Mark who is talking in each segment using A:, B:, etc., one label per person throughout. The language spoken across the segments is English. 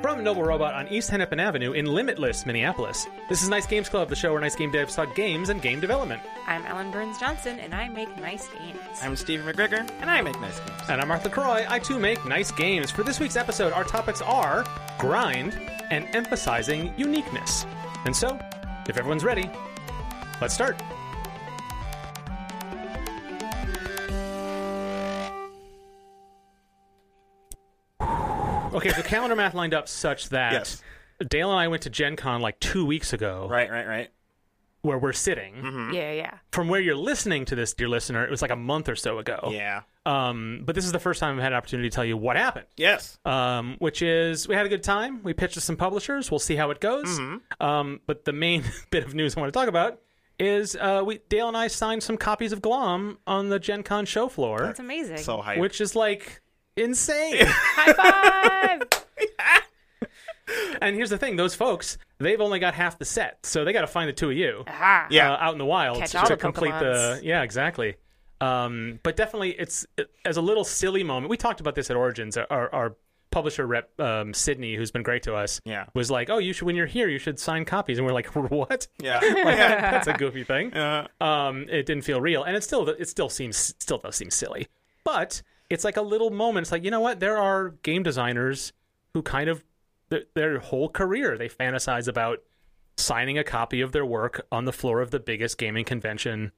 A: From Noble Robot on East Hennepin Avenue in Limitless, Minneapolis. This is Nice Games Club, the show where nice game devs talk games and game development.
B: I'm Ellen Burns Johnson, and I make nice games.
C: I'm Steve McGregor, and I make nice games.
A: And I'm Martha Croy. I too make nice games. For this week's episode, our topics are grind and emphasizing uniqueness. And so, if everyone's ready, let's start. Okay, so calendar math lined up such that
C: Yes.
A: Dale and I went to Gen Con like two weeks ago,
C: Right, right, right.
A: where we're sitting.
C: Mm-hmm.
B: Yeah, yeah.
A: From where you're listening to this, dear listener, it was like a month or so ago.
C: Yeah.
A: Um, but this is the first time I've had an opportunity to tell you what happened.
C: Yes.
A: Um, which is we had a good time. We pitched to some publishers. We'll see how it goes. Um, but the main bit of news I want to talk about is uh, we Dale and I signed some copies of Glom on the Gen Con show floor,
B: That's amazing.
C: So hype.
A: which is like insane.
B: High five!
A: and here's the thing: those folks, they've only got half the set, so they got to find the two of you.
B: Aha.
C: yeah.
A: uh, out in the wild
B: Catch
A: to,
B: all
A: to
B: the
A: complete the
B: Pokemons.
A: yeah exactly um, but definitely it's it- as a little silly moment we talked about this at origins our, our, our publisher rep um, sydney who's been great to us
C: Yeah.
A: was like oh you should when you're here you should sign copies and we're like what
C: yeah.
A: like, that's a goofy thing
C: Uh,
A: um, it didn't feel real and it still it still seems it still does seem silly but it's like a little moment it's like you know what there are game designers who kind of their, their whole career they fantasize about signing a copy of their work on the floor of the biggest gaming convention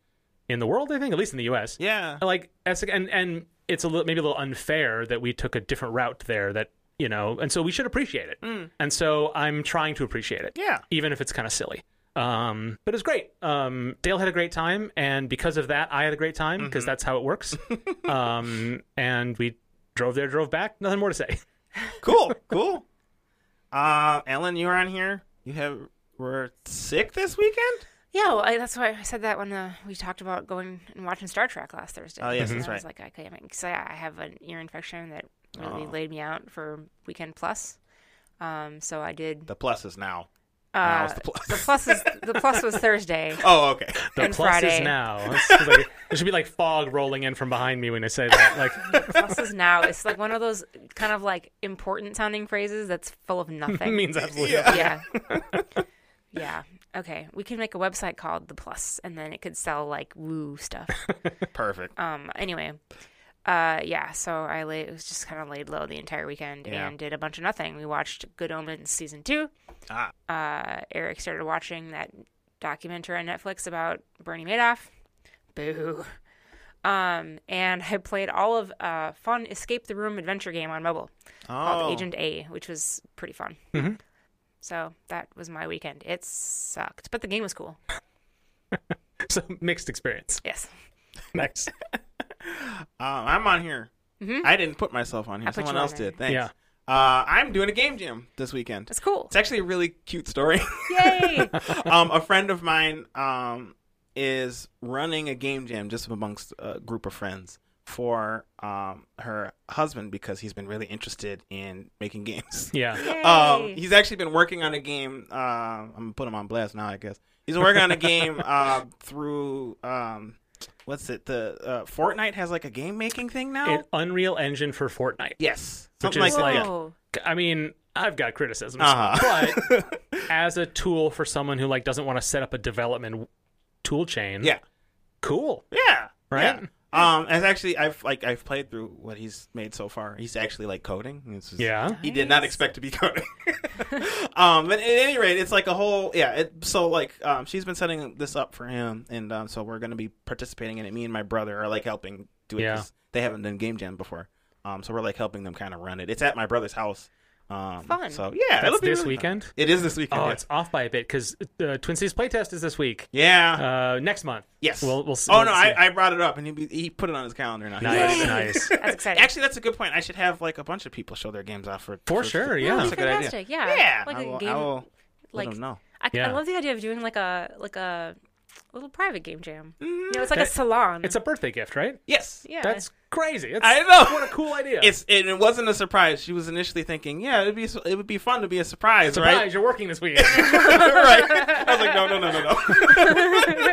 A: in the world i think at least in the us
C: yeah.
A: like as and and it's a little maybe a little unfair that we took a different route there that you know and so we should appreciate it
B: Mm.
A: and so i'm trying to appreciate it
C: Yeah.
A: even if it's kind of silly um but it was great um dale had a great time and because of that i had a great time because
B: Mm-hmm.
A: that's how it works um and we drove there drove back nothing more to say
C: Cool. Cool. Uh, Ellen, you were on here. You have were sick this weekend.
B: Yeah, well, I, that's why I said that when uh, we talked about going and watching Star Trek last Thursday.
C: Oh, yes,
B: And
C: that's
B: I was
C: right. Oh.
B: like, I can't, because I, I have an ear infection that really laid me out for weekend plus. Um, so I did.
C: The plus is now.
B: Uh,
C: it's the plus.
B: the plus is the plus was Thursday.
C: Oh, okay.
A: the
B: And
A: plus is
B: Friday.
A: now It's like- there should be like fog rolling in from behind me when i say that like
B: plus is now. It's like one of those kind of like important sounding phrases that's full of
A: it
B: nothing.
A: means absolutely nothing.
B: yeah. yeah. Okay. We can make a website called The Plus and then it could sell like woo stuff.
C: Perfect.
B: Um anyway. Uh yeah, so I lay it was just kind of laid low the entire weekend
C: Yeah.
B: and did a bunch of nothing. We watched Good Omens season 2.
C: Ah.
B: Uh Eric started watching that documentary on Netflix about Bernie Madoff. Boo. Um and I played all of a fun escape the room adventure game on mobile called
C: Oh. Mm-hmm.
B: Agent A, which was pretty fun. So that was my weekend. It sucked, but the game was cool.
A: so mixed experience
B: Yes,
A: next
C: Um, I'm on here. I didn't put myself on here.
B: Mm-hmm. I put
C: Someone
B: you on
C: else
B: there.
C: did. Thanks.
A: Yeah.
C: Uh, I'm doing a game jam this weekend.
B: that's cool.
C: It's actually a really cute story.
B: Yay!
C: um, a friend of mine um, is running a game jam just amongst a group of friends for um, her husband because he's been really interested in making games.
A: yeah
C: Um,
B: Yay.
C: he's actually been working on a game. Uh, I'm gonna put him on blast now, I guess. He's working on a game uh, through um, what's it? The uh, Fortnite has like a game making thing now.
A: an Unreal Engine for Fortnite.
C: yes,
A: Which
C: something
A: is
C: like,
A: like-
C: that.
B: Whoa.
A: I mean, I've got criticisms,
C: Uh-huh.
A: but as a tool for someone who like doesn't want to set up a development tool chain,
C: Yeah,
A: cool.
C: yeah,
A: Right?
C: Yeah. Um, as actually, I've like I've played through what he's made so far. He's actually like coding. This is-
A: Yeah,
C: he did not expect to be coding. um, but at any rate, it's like a whole yeah. It, so like, um, she's been setting this up for him, and um, so we're gonna be participating in it. Me and my brother are like helping do it.
A: Yeah.
C: 'cause They haven't done game jam before, um, so we're like helping them kind of run it. It's at my brother's house. Um,
B: Fun.
C: So yeah,
A: that's
C: it'll be
A: this
C: really fun.
A: weekend.
C: It is this weekend.
A: Oh,
C: yeah.
A: it's off by a bit because uh, Twin Cities playtest is this week.
C: Uh-huh. yeah.
A: Uh, next month.
C: yes.
A: We'll, we'll see.
C: oh
A: we'll
C: no,
A: see.
C: I, I brought it up, and he, be- he put it on his calendar now. He's
A: nice,
C: already-
A: nice.
B: That's exciting.
C: Actually, that's a good point. I should have like a bunch of people show their games off for
A: For sure, yeah.
B: That'd
C: That's
B: be
C: a good idea.
B: fantastic. Yeah,
C: Yeah,
B: like
C: I
B: a
C: will, I
B: game-
C: will
B: like-
C: let them know.
B: I,
A: Yeah.
B: I love the idea of doing like a like a little private game jam. You know, it's like a salon.
A: It's a birthday gift, right?
C: Yes.
B: yeah.
A: That's crazy. It's,
C: I know.
A: What a cool idea.
C: It's it, it wasn't a surprise. She was initially thinking, yeah, it'd be it would be fun to be a surprise,
A: surprise.
C: right?
A: You're working this weekend.
C: right. I was like, no, no, no, no, no.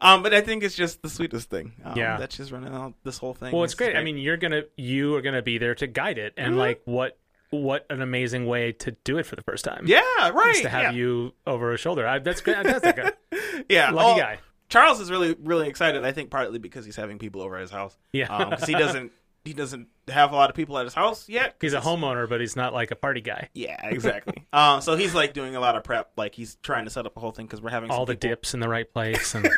C: um, but I think it's just the sweetest thing. Um,
A: Yeah.
C: That she's running all, this whole thing.
A: Well, it's
C: is Mm-hmm.
A: great. I mean, you're gonna you are gonna be there to guide it, and like what what an amazing way to do it for the first time.
C: Yeah, right.
A: Is to have
C: yeah.
A: you over his shoulder. I, that's great. That's like a
C: yeah,
A: lucky
C: oh,
A: guy.
C: Charles is really really excited. I think partly because he's having people over at his house.
A: Yeah.
C: because he doesn't he doesn't have a lot of people at his house yet.
A: He's a
C: 'cause it's-
A: homeowner, but he's not like a party guy.
C: Yeah, exactly. um, so he's like doing a lot of prep. Like he's trying to set up a whole thing because we're having some
A: All the
C: people-
A: dips in the right place and a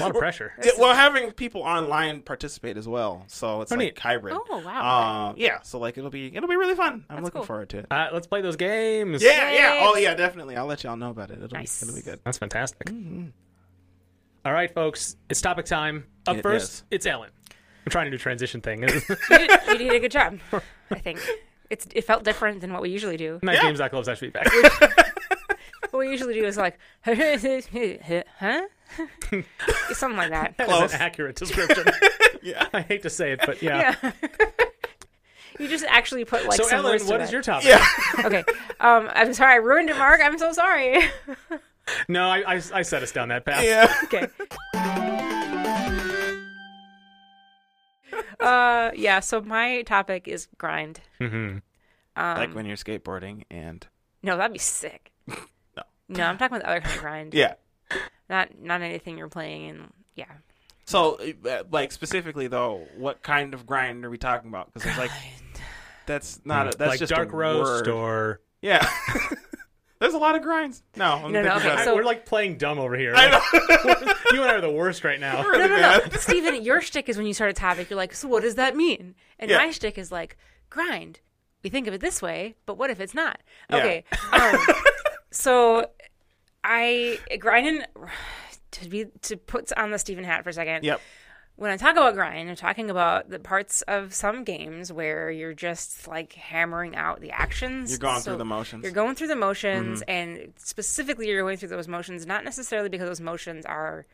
A: lot of pressure.
C: Yeah, well, having people online participate as well, so it's
A: Oh,
C: like
A: neat.
C: hybrid.
B: Oh wow.
C: Um, yeah, so like it'll be it'll be really fun. I'm
B: That's
C: looking
B: cool.
C: forward to it.
A: Uh, let's play those games.
C: Yeah, yeah. Oh,
B: Yes.
C: yeah, definitely. I'll let y'all know about it. It'll
B: Nice.
C: be it'll be good.
A: That's fantastic.
C: Mm-hmm.
A: All right, folks, it's topic time. Up
C: It
A: first,
C: is.
A: it's Ellen. I'm trying to do transition thing.
B: you, did, you did a good job. I think it's it felt different than what we usually do.
A: My games I love slash feedback.
B: What we usually do is like, huh? Something like that.
A: That's an accurate description.
C: Yeah.
A: I hate to say it, but yeah.
B: Yeah. you just actually put like
A: so,
B: some
A: Ellen,
B: words
A: what
B: to
A: is
B: it.
A: your topic?
C: Yeah.
B: okay. Um, I'm sorry, I ruined it, Mark. I'm so sorry.
A: No, I, I, I set us down that path.
C: yeah.
B: okay. Uh, yeah. So my topic is grind.
A: Mm-hmm.
C: like when you're skateboarding and
B: No, that'd be sick. No. No, I'm talking about the other kind of grind.
C: yeah.
B: Not not anything you're playing in. Yeah.
C: So uh, like specifically though, what kind of grind are we talking about? Because it's like that's not a, that's
A: Mm. like
C: just
A: dark
C: a
A: roast
C: word.
A: or
C: yeah. There's a lot of grinds. No, I'm
B: No, no,
C: thinking
B: okay,
C: about it.
B: So-
A: we're like playing dumb over here.
C: I know.
A: you and I are the worst right now.
C: Really
B: No, no,
C: bad.
B: no. Steven, your shtick is when you start a topic, you're like, so what does that mean? And
C: Yeah.
B: my shtick is like, grind. We think of it this way, but what if it's not?
C: Yeah.
B: Okay. Um, so I grind in to be to put on the Steven hat for a second.
C: Yep.
B: When I talk about grind, I'm talking about the parts of some games where you're just like hammering out the actions.
C: You're going through
B: So
C: the Mm-hmm. motions.
B: You're going through the motions, and specifically, you're going through those motions, not necessarily because those motions are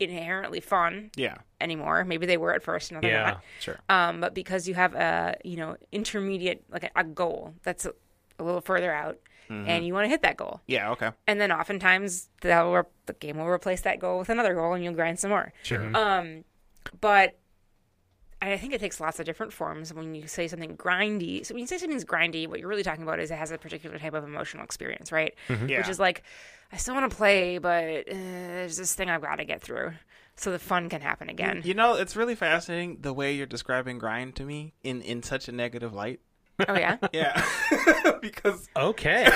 B: inherently fun
C: yeah.
B: anymore. Maybe they were at first, now they're
A: Yeah.
B: not.
C: Sure.
B: Um, but because you have a you know intermediate like a, a goal that's a, a little further out, and you want to hit that goal,
C: Yeah. Okay.
B: and then oftentimes that will re- the game will replace that goal with another goal, and you'll grind some more.
C: Sure.
B: Um, but I think it takes lots of different forms when you say something grindy. So when you say something's grindy, what you're really talking about is it has a particular type of emotional experience, right?
C: Yeah.
B: Which is like, I still want to play, but uh, there's this thing I've got to get through, so the fun can happen again.
C: You know, it's really fascinating the way you're describing grind to me in in such a negative light.
B: Oh yeah,
C: Yeah. because
A: Okay.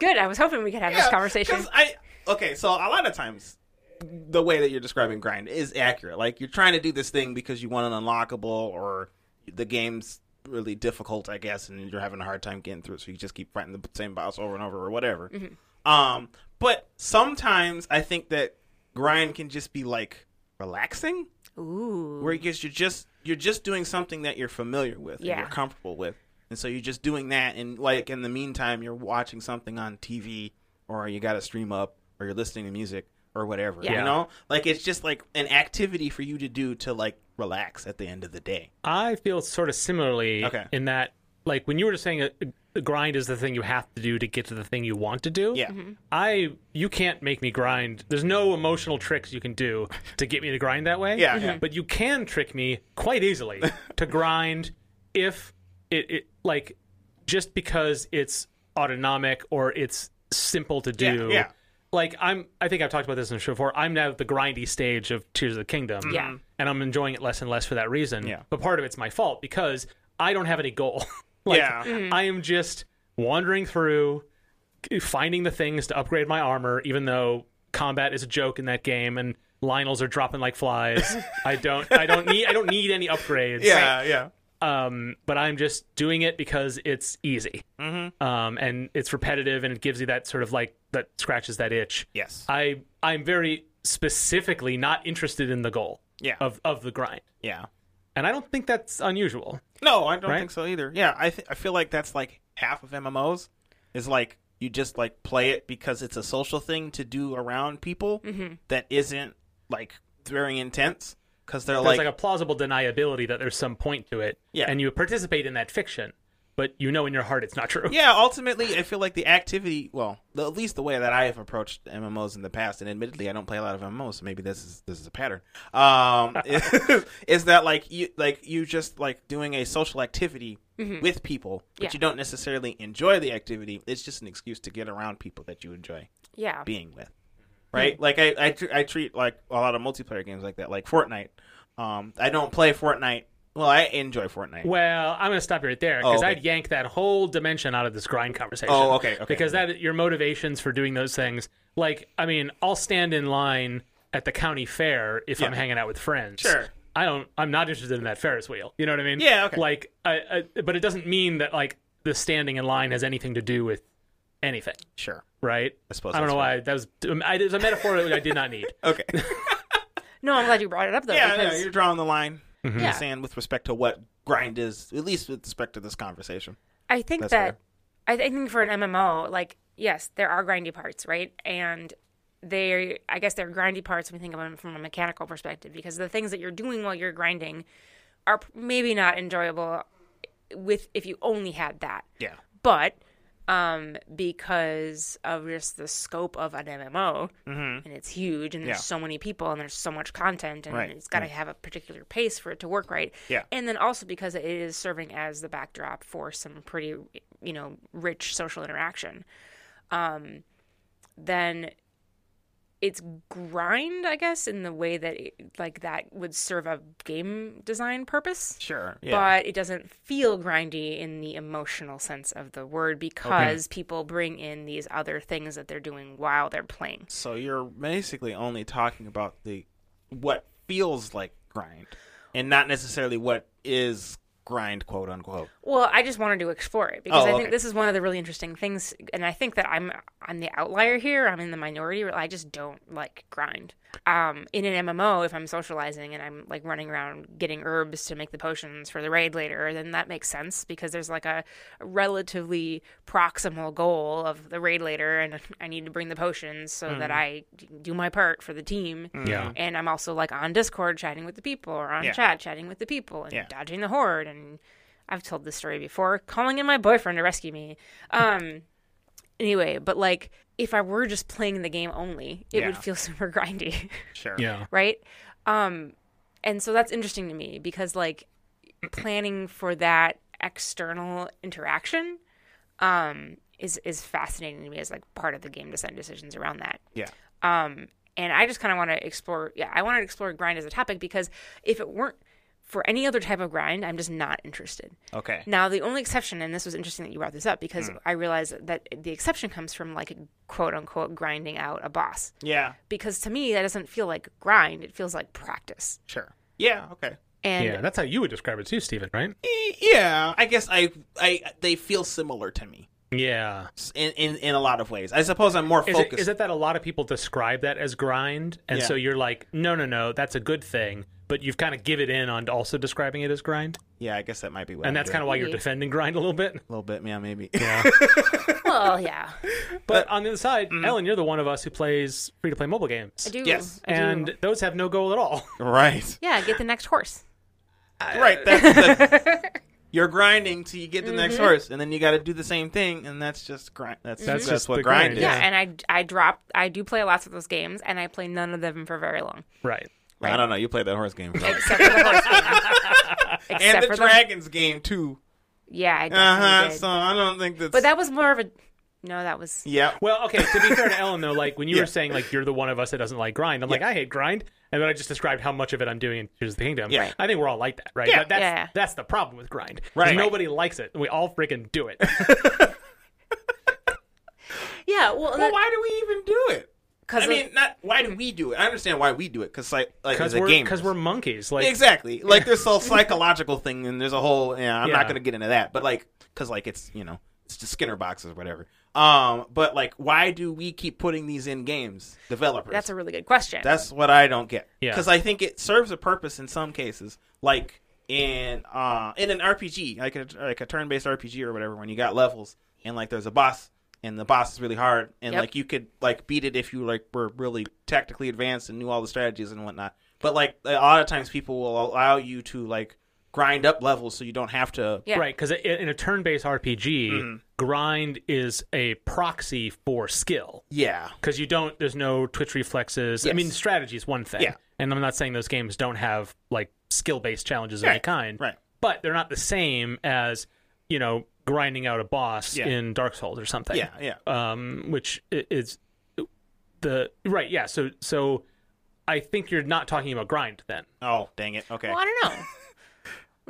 B: good. I was hoping we could have this
C: Yeah,
B: conversation.
C: 'cause I okay, so a lot of times the way that you're describing grind is accurate. Like you're trying to do this thing because you want an unlockable or the game's really difficult, I guess, and you're having a hard time getting through it, so you just keep fighting the same boss over and over or whatever.
B: Mm-hmm.
C: Um, but sometimes I think that grind can just be like relaxing
B: Ooh,
C: where because you're just you're just doing something that you're familiar with and
B: Yeah.
C: you're comfortable with and so you're just doing that and like in the meantime you're watching something on tv or you got to stream up or you're listening to music or whatever
B: Yeah.
C: you know like it's just like an activity for you to do to like relax at the end of the day
A: I feel sort of similarly
C: Okay.
A: in that, like when you were just saying, a, a grind is the thing you have to do to get to the thing you want to do.
C: yeah
B: Mm-hmm.
A: I you can't make me grind. There's no emotional tricks you can do to get me to grind that way.
C: Yeah, yeah.
A: But you can trick me quite easily to grind if it, it like just because it's autonomic or it's simple to do.
C: Yeah, yeah.
A: Like I'm I think I've talked about this in the show before. I'm now at the grindy stage of Tears of the Kingdom.
B: Yeah.
A: And I'm enjoying it less and less for that reason.
C: Yeah.
A: But part of it's my fault because I don't have any goal. like,
C: Yeah.
A: I am just wandering through finding the things to upgrade my armor, even though combat is a joke in that game and Lionels are dropping like flies. I don't I don't need I don't need any upgrades.
C: yeah
A: Um, but I'm just doing it because it's easy. Mm-hmm. Um, and it's repetitive and it gives you that sort of like that scratches that itch.
C: yes
A: I I'm very specifically not interested in the goal
C: Yeah.
A: of, of the grind.
C: yeah
A: And I don't think that's unusual.
C: no i don't
A: Right?
C: think so either yeah i th- i feel like that's like half of mmos is like you just like play it because it's a social thing to do around people that isn't like very intense because they're
A: there's
C: like,
A: like a plausible deniability that there's some point to it
C: Yeah.
A: and you participate in that fiction but you know in your heart it's not true.
C: Yeah, ultimately, I feel like the activity. Well, the, at least the way that I have approached MMOs in the past, and admittedly, I don't play a lot of MMOs, so maybe this is this is a pattern. Um, is, that like you like you just like doing a social activity
A: Mm-hmm.
C: with people, but
B: Yeah.
C: you don't necessarily enjoy the activity. It's just an excuse to get around people that you enjoy
B: Yeah.
C: being with, right?
A: Hmm.
C: Like I I, tr- I treat like a lot of multiplayer games like that, like Fortnite. Um, I don't play Fortnite. Well, I enjoy Fortnite.
A: Well, I'm going to stop you right there because
C: Oh, okay.
A: I'd yank that whole dimension out of this grind conversation.
C: Oh, okay, okay.
A: Because that your motivations for doing those things, like I mean, I'll stand in line at the county fair if I'm hanging out with friends.
C: Sure.
A: I don't. I'm not interested in that Ferris wheel. You know what I mean?
C: Yeah, okay.
A: Like, I, I, but it doesn't mean that like the standing in line has anything to do with anything,
C: Sure,
A: right?
C: I suppose
A: I don't
C: that's
A: know
C: right.
A: why that was. I, it was a metaphor that I did not need.
C: Okay.
B: No, I'm glad you brought it up though.
C: yeah, yeah,
B: because,
C: you're drawing the line. in the
B: yeah,
C: sand with respect to what grind is, at least with respect to this conversation.
B: I think
C: That's
B: that I, th- I think for an MMO, like yes, there are grindy parts, right? And they, I guess, they're grindy parts when we think of them from a mechanical perspective, because the things that you're doing while you're grinding are p- maybe not enjoyable with if you only had that.
C: Yeah.
B: but um, because of just the scope of an MMO, and it's huge, and there's
C: Mm-hmm. Yeah.
B: so many people, and there's so much content, and
C: Right, Mm.
B: it's got to have a particular pace for it to work right.
C: Yeah.
B: and then also because it is serving as the backdrop for some pretty, you know, rich social interaction. Um, then it's grind, I guess, in the way that it, like that would serve a game design purpose
C: Sure. Yeah.
B: but it doesn't feel grindy in the emotional sense of the word because people bring in these other things that they're doing while they're playing.
C: so you're basically only talking about the what feels like grind and not necessarily what is grind quote unquote.
B: Well, I just wanted to explore it because
C: Oh,
B: I
C: okay.
B: think this is one of the really interesting things, and I think that I'm I'm the outlier here. I'm in the minority. I just don't like grind. Um, in an MMO, if I'm socializing and I'm like running around getting herbs to make the potions for the raid later, then that makes sense because there's like a relatively proximal goal of the raid later, and I need to bring the potions so
C: Hmm.
B: that I do my part for the team.
A: Yeah.
B: And I'm also like on Discord chatting with the people or on
C: Yeah.
B: chat chatting with the people and
C: Yeah.
B: dodging the horde. And I've told this story before calling in my boyfriend to rescue me. Um, anyway, but like if I were just playing the game only, it would
C: Yeah.
B: feel super grindy,
C: Sure.
A: Yeah.
B: right? Um, and so that's interesting to me because like planning for that external interaction um, is is fascinating to me as like part of the game design decisions around that
C: Yeah.
B: um, and I just kind of want to explore. Yeah, I want to explore grind as a topic because if it weren't for any other type of grind, I'm just not interested.
C: Okay.
B: Now, the only exception, and this was interesting that you brought this up because
C: Mm.
B: I realized that the exception comes from like quote unquote grinding out a boss.
C: Yeah.
B: Because to me, that doesn't feel like grind; it feels like practice.
C: Sure. Yeah, okay.
B: And
A: Yeah. That's how you would describe it too, Stephen. Right?
C: Eh, Yeah, I guess I I they feel similar to me
A: Yeah.
C: s- in in, in a lot of ways. I suppose I'm more
A: Is
C: focused.
A: it, is it that a lot of people describe that as grind, and
C: Yeah.
A: so you're like, no, no, no, that's a good thing, but you've kind of give it in on also describing it as grind,
C: yeah, I guess that might be what
A: and that's kind of why you're
B: Yeah.
A: defending grind a little bit.
C: a little bit, yeah, maybe.
B: well, yeah,
A: But on the other side,
C: Mm-hmm.
A: Ellen, you're the one of us who plays free to play mobile games,
B: I do.
C: Yes.
B: I do.
A: and those have no goal at all.
C: right.
B: yeah, get the next horse.
C: Right.
B: Uh,
C: That's the, you're grinding till you get the
B: Mm-hmm.
C: next horse, and then you got to do the same thing, and that's just grind. That's
A: That's
C: that's,
A: just
C: what
A: the
C: grind,
A: grind,
C: is.
B: Yeah, and I I drop. I do play lots of those games, and I play none of them for very long,
A: right.
C: I don't know. You played that horse game, for
B: except for the horse game. except
C: and
B: for
C: the
B: the
C: dragons game too.
B: Yeah, I
C: Uh
B: definitely
C: huh.
B: did.
C: So I don't think that's.
B: But that was more of a no. That was
C: yeah.
A: Well, okay. To be fair to Ellen, though, like when you
C: Yeah.
A: were saying like you're the one of us that doesn't like grind, I'm like I hate grind, and then I just described how much of it I'm doing in Tears of the Kingdom.
C: Yeah. Right.
A: I think we're all like that, right?
C: Yeah.
A: But that's
B: Yeah.
A: that's the problem with grind.
C: Right.
A: Nobody likes it, and we all freaking do it.
B: yeah. Well,
C: Well, why do we even do it?
B: because
C: I mean, not why do we do it? I understand why we do it because like like
A: because
C: as a
A: we're
C: game
A: because we're monkeys. Like
C: exactly like there's a psychological thing and there's a whole yeah i'm
A: Yeah.
C: not gonna get into that but like because like it's you know it's just skinner boxes or whatever um but like why do we keep putting these in games developers
B: that's a really good question.
C: That's what I don't get.
A: Yeah.
C: Because I think it serves a purpose in some cases, like in uh in an RPG, like a like a turn-based RPG or whatever, when you got levels and like there's a boss and the boss is really hard and
B: Yep.
C: like you could like beat it if you like were really tactically advanced and knew all the strategies and whatnot. But like a lot of times people will allow you to like grind up levels so you don't have to.
B: Yeah.
A: Right, because in a turn-based RPG,
C: Mm-hmm.
A: grind is a proxy for skill.
C: Yeah.
A: Because you don't, there's no twitch reflexes. I
C: Yes.
A: mean, strategy is one thing.
C: Yeah.
A: And I'm not saying those games don't have like skill-based challenges of
C: Right,
A: any kind.
C: right.
A: But they're not the same as you know grinding out a boss
C: Yeah.
A: in Dark Souls or something.
C: Yeah, yeah.
A: Um, which i- is the right. Yeah. So so I think you're not talking about grind then.
C: Oh, dang it. Okay.
B: Well, I don't know.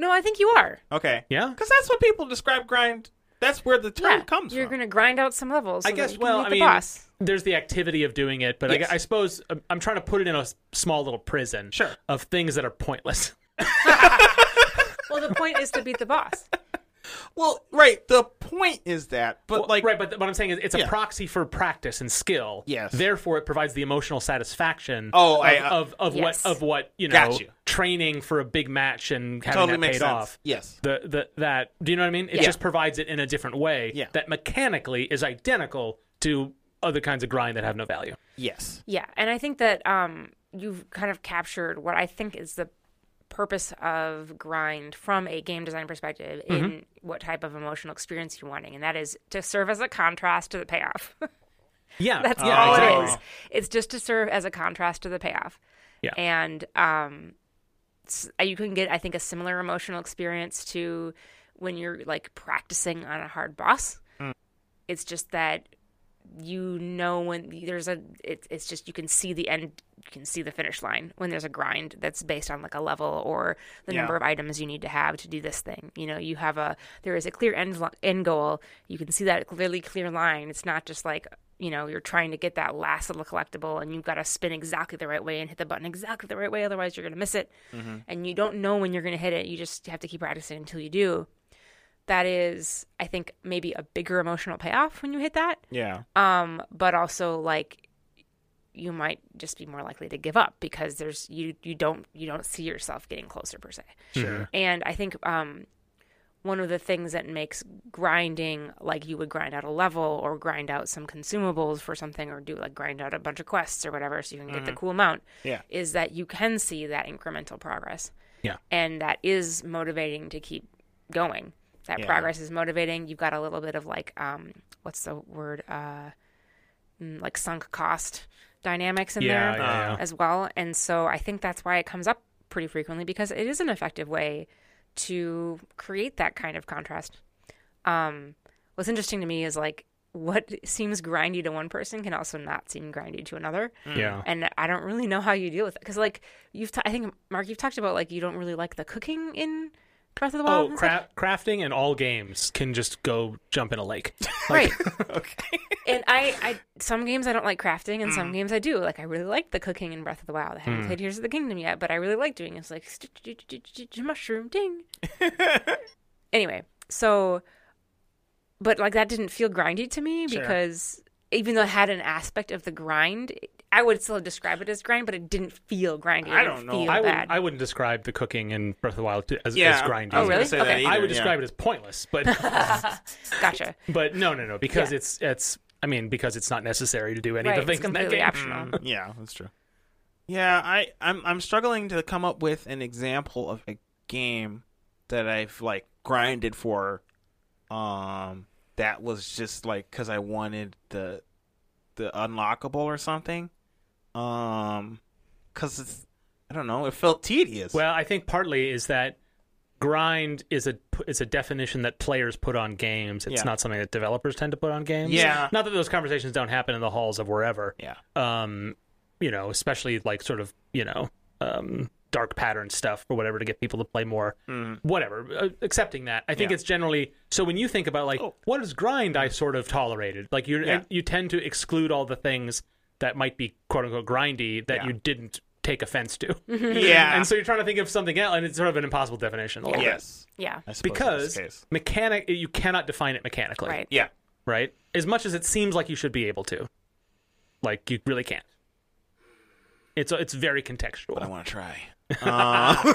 B: no, I think you are.
C: Okay.
A: Yeah.
C: Because that's what people describe grind. That's where the term
B: yeah,
C: comes
B: you're
C: from.
B: gonna grind out some levels. So
A: I guess.
B: That you
A: Well,
B: can beat
A: I
B: the
A: mean,
B: boss.
A: there's the activity of doing it, but I-
C: Yes.
A: I, suppose I'm- I'm trying to put it in a s- small little prison
C: Sure.
A: of things that are pointless.
B: Well, the point is to beat the boss.
C: Well, right. The point is that, but
A: Well,
C: like,
A: right, but th- what I'm saying is it's a
C: Yeah.
A: proxy for practice and skill.
C: Yes.
A: Therefore, it provides the emotional satisfaction.
C: Oh,
A: of,
C: I, uh,
A: of of
B: Yes.
A: what of what you know
C: Got you.
A: training for a big match and having
C: totally
A: that
C: makes
A: paid
C: sense.
A: off.
C: Yes.
A: The, the that do you know what I mean? It
C: Yeah.
A: just provides it in a different way
C: Yeah.
A: that mechanically is identical to other kinds of grind that have no value.
C: Yes.
B: Yeah, and I think that um, you've kind of captured what I think is the purpose of grind from a game design perspective in what type of emotional experience you're wanting, and that is to serve as a contrast to the payoff.
A: Yeah,
B: That's
A: yeah,
B: all
A: exactly.
B: it is. It's just to serve as a contrast to the payoff.
A: Yeah.
B: And um, s- uh, you can get, I think, a similar emotional experience to when you're like practicing on a hard boss. It's just that you know when there's a it, it's just you can see the end you can see the finish line when there's a grind that's based on like a level or the
C: Yeah.
B: number of items you need to have to do this thing you know you have a there is a clear end li- end goal you can see that really clear line it's not just like you know you're trying to get that last little collectible and you've got to spin exactly the right way and hit the button exactly the right way otherwise you're going to miss it and you don't know when you're going to hit it you just have to keep practicing until you do that is i think maybe a bigger emotional payoff when you hit that
C: Yeah.
B: um but also like you might just be more likely to give up because there's you you don't you don't see yourself getting closer per se
C: Sure.
B: and i think um one of the things that makes grinding like you would grind out a level or grind out some consumables for something or do like grind out a bunch of quests or whatever so you can get the cool mount
C: Mm-hmm. Yeah.
B: is that you can see that incremental progress
A: Yeah.
B: and that is motivating to keep going that
C: Yeah.
B: progress is motivating you've got a little bit of like um what's the word uh mm, like sunk cost dynamics in
A: Yeah,
B: there
A: yeah, yeah.
B: as well and so i think that's why it comes up pretty frequently because it is an effective way to create that kind of contrast um what's interesting to me is like what seems grindy to one person can also not seem grindy to another
C: Mm.
A: Yeah.
B: and I don't really know how you deal with it because like you've ta- I think Mark you've talked about like you don't really like the cooking in Breath of the Wild.
A: Oh,
B: and stuff.
A: cra- crafting and all games can just go jump in a lake.
B: right.
C: okay.
B: and I, I some games I don't like crafting and
C: Mm.
B: some games I do. Like I really like the cooking in Breath of the Wild. I haven't played Tears of the Kingdom yet, but I really like doing it. It's like mushroom ding. Anyway, so but like that didn't feel grindy to me
C: Sure.
B: because even though it had an aspect of the grind, I would still describe it as grind, but it didn't feel grindy. It
C: I
B: didn't
C: don't know.
B: Feel
A: I
B: bad.
A: wouldn't. I wouldn't describe the cooking in Breath of the Wild to- as, as
C: Yeah.
A: grindy.
C: I was
B: Oh, really?
C: gonna say that
B: Okay.
A: I
C: either,
A: would
C: yeah.
A: describe it as pointless, but
B: gotcha.
A: but no, no, no, because
B: Yeah.
A: it's it's. I mean, because it's not necessary to do any
B: Right,
A: of the
B: it's
A: things in that
B: completely
A: game.
B: optional.
C: Yeah, that's true. Yeah, I I'm I'm struggling to come up with an example of a game that I've like grinded for um that was just like cuz I wanted the the unlockable or something. Um cuz it's I don't know, it felt tedious.
A: Well, I think partly is that grind is a is a definition that players put on games. It's
C: Yeah.
A: not something that developers tend to put on games.
C: Yeah.
A: Not that those conversations don't happen in the halls of wherever.
C: yeah.
A: um, you know, especially like sort of, you know, um, dark pattern stuff or whatever to get people to play more, whatever. Uh, accepting that, I think
C: Mm-hmm. Yeah.
A: it's generally so. When you think about like
C: Oh.
A: what is grind, I sort of tolerated. Like you,
C: Yeah.
A: you tend to exclude all the things that might be quote unquote grindy that
C: Yeah. Ah.
A: you didn't take offense to,
C: Mm-hmm. Yeah.
A: and so you're trying to think of something else, and it's sort of an impossible definition. A little bit.
C: yes.
B: Yeah.
C: I suppose in this
A: Because
C: case.
A: mechanic, you cannot define it mechanically,
B: Right.
C: Yeah.
A: right? As much as it seems like you should be able to, like you really can't. It's it's very
C: I
A: contextual.
C: want to try. Uh,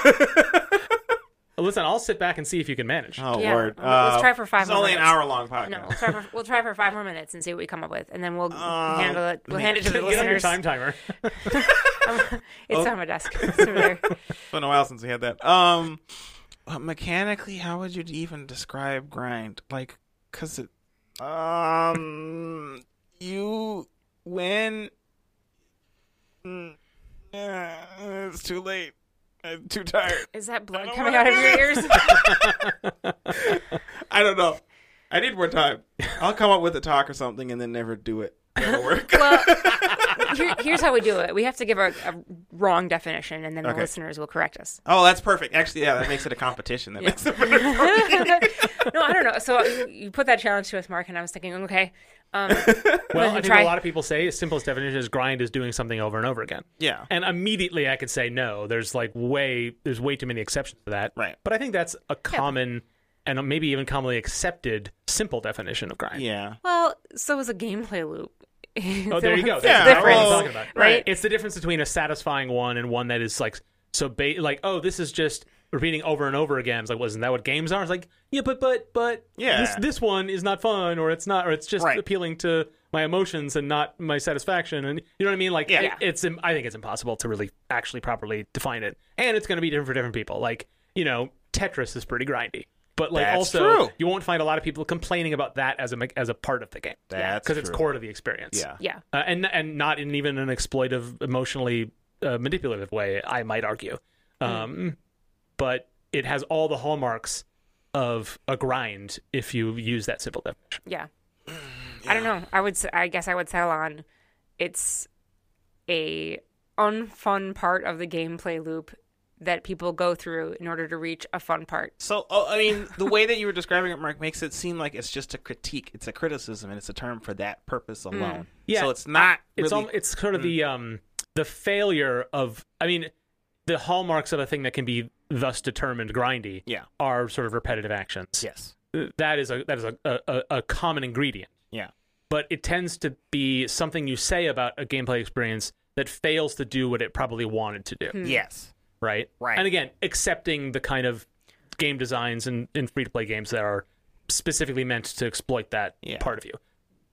A: Listen, I'll sit back and see if you can manage.
C: Oh
B: Yeah.
C: lord.
B: Well, let's
C: Uh,
B: try for five
C: It's
B: more
C: only an
B: minutes.
C: hour long podcast.
B: No, we'll try, for, we'll try for five more minutes and see what we come up with, and then we'll
C: Um,
B: handle it. We'll hand it to the
A: Get on your
B: listeners.
A: time timer.
B: Oh. It's on my desk. It's over there.
C: It's been a while since we had that. Um, But mechanically, how would you even describe grind? Like, cause it, um, you when Mm, yeah, it's too late. I'm too tired.
B: Is that blood
C: don't
B: coming out
C: wanna
B: of
C: do
B: your ears?
C: I don't know. I need more time. I'll come up with a talk or something and then never do it. That'll work.
B: well, here, here's how we do it. We have to give a, a wrong definition, and then the
C: Okay.
B: listeners will correct us.
C: oh, that's perfect. Actually, yeah, that makes it a competition. That makes it better.
B: no, I don't know. So you- you put that challenge to us, Mark, and I was thinking, okay, um,
A: Well,
B: Well,
A: I think
B: try.
A: a lot of people say the simplest definition is grind is doing something over and over again.
C: Yeah.
A: And immediately I could say no. There's like way there's way too many exceptions to that.
C: Right.
A: But I think that's a common and maybe even commonly accepted simple definition of grind.
C: Yeah.
B: well, so is a gameplay loop.
A: Oh, there you go.
C: Yeah,
A: That's what I'm
B: well,
A: talking about.
B: right?
A: It's the difference between a satisfying one and one that is like so ba- like oh this is just repeating over and over again. It's like wasn't that what games are? It's like yeah, but but but
C: Yeah.
A: this this one is not fun or it's not or it's just
C: Right.
A: appealing to my emotions and not my satisfaction and you know what I mean? Like
C: Yeah.
A: it-
B: Yeah.
A: it's im- I think it's impossible to really actually properly define it. And it's going to be different for different people. Like, you know, Tetris is pretty grindy. But like
C: That's
A: also
C: true.
A: you won't find a lot of people complaining about that as a me- as a part of the game.
C: That's
A: because it's
C: true.
A: core to the experience
C: Yeah.
B: Yeah.
A: uh, and and not in even an exploitive, emotionally uh, manipulative way. I might argue,
C: Mm.
A: um, but it has all the hallmarks of a grind if you use that simple definition.
B: Yeah.
A: Mm,
B: I don't know. I would. s- I guess I would settle on. It's a unfun part of the gameplay loop that people go through in order to reach a fun part.
C: So, oh, I mean, the way that you were describing it, Mark, makes it seem like it's just a critique. It's a criticism, and it's a term for that purpose alone.
A: Mm. Yeah.
C: So it's not
A: It's
C: really. Mm.
A: al- it's sort of the um the failure of I mean the hallmarks of a thing that can be thus determined grindy
C: yeah.
A: are sort of repetitive actions.
C: Yes.
A: That is a that is a, a, a- a common ingredient.
C: Yeah.
A: but it tends to be something you say about a gameplay experience that fails to do what it probably wanted to do,
C: Yes.
A: right?
C: Right.
A: And again, accepting the kind of game designs and, and free to play games that are specifically meant to exploit that
C: Yeah.
A: part of you.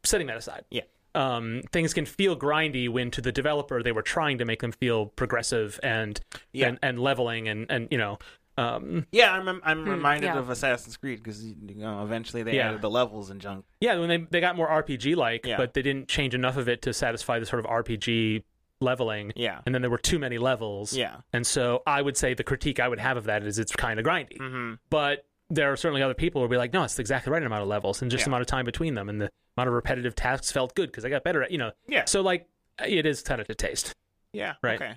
A: Setting that aside.
C: Yeah.
A: Um, things can feel grindy when to the developer they were trying to make them feel progressive and
C: Yeah.
A: and, and leveling and, and you know um,
C: Yeah, I'm I'm reminded
B: yeah.
C: of Assassin's Creed because you know, eventually they
A: Yeah.
C: added the levels and junk.
A: yeah when they, they got more RPG like
C: Yeah.
A: but they didn't change enough of it to satisfy the sort of RPG leveling
C: Yeah.
A: and then there were too many levels.
C: Yeah.
A: And so I would say the critique I would have of that is it's kind of grindy.
C: Mm-hmm.
A: But there are certainly other people who will be like, no, it's the exactly right amount of levels and just
C: Yeah.
A: the amount of time between them and the amount of repetitive tasks felt good because I got better at, you know.
C: Yeah.
A: So like it is kind of to taste.
C: Yeah.
A: Right.
C: Okay.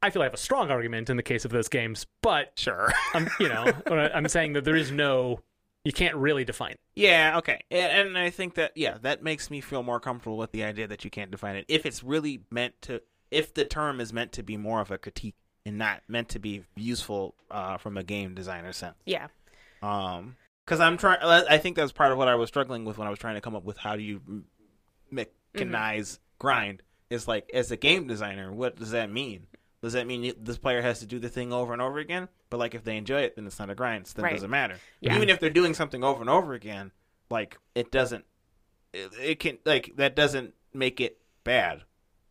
A: I feel I have a strong argument in the case of those games, but
C: Sure.
A: I'm, you know, what I- I'm saying that there is no, you can't really define. It.
C: yeah. Okay. And, and I think that yeah, that makes me feel more comfortable with the idea that you can't define it if it's really meant to. If the term is meant to be more of a critique and not meant to be useful uh, from a game designer sense.
B: Yeah.
C: um because i'm trying i think that's part of what i was struggling with when i was trying to come up with how do you m- mechanize
B: Mm-hmm.
C: grind is like as a game designer what does that mean does that mean you, this player has to do the thing over and over again but like if they enjoy it then it's not a grind so then
B: Right.
C: it doesn't matter
B: Yeah.
C: even if they're doing something over and over again like it doesn't it, it can like that doesn't make it bad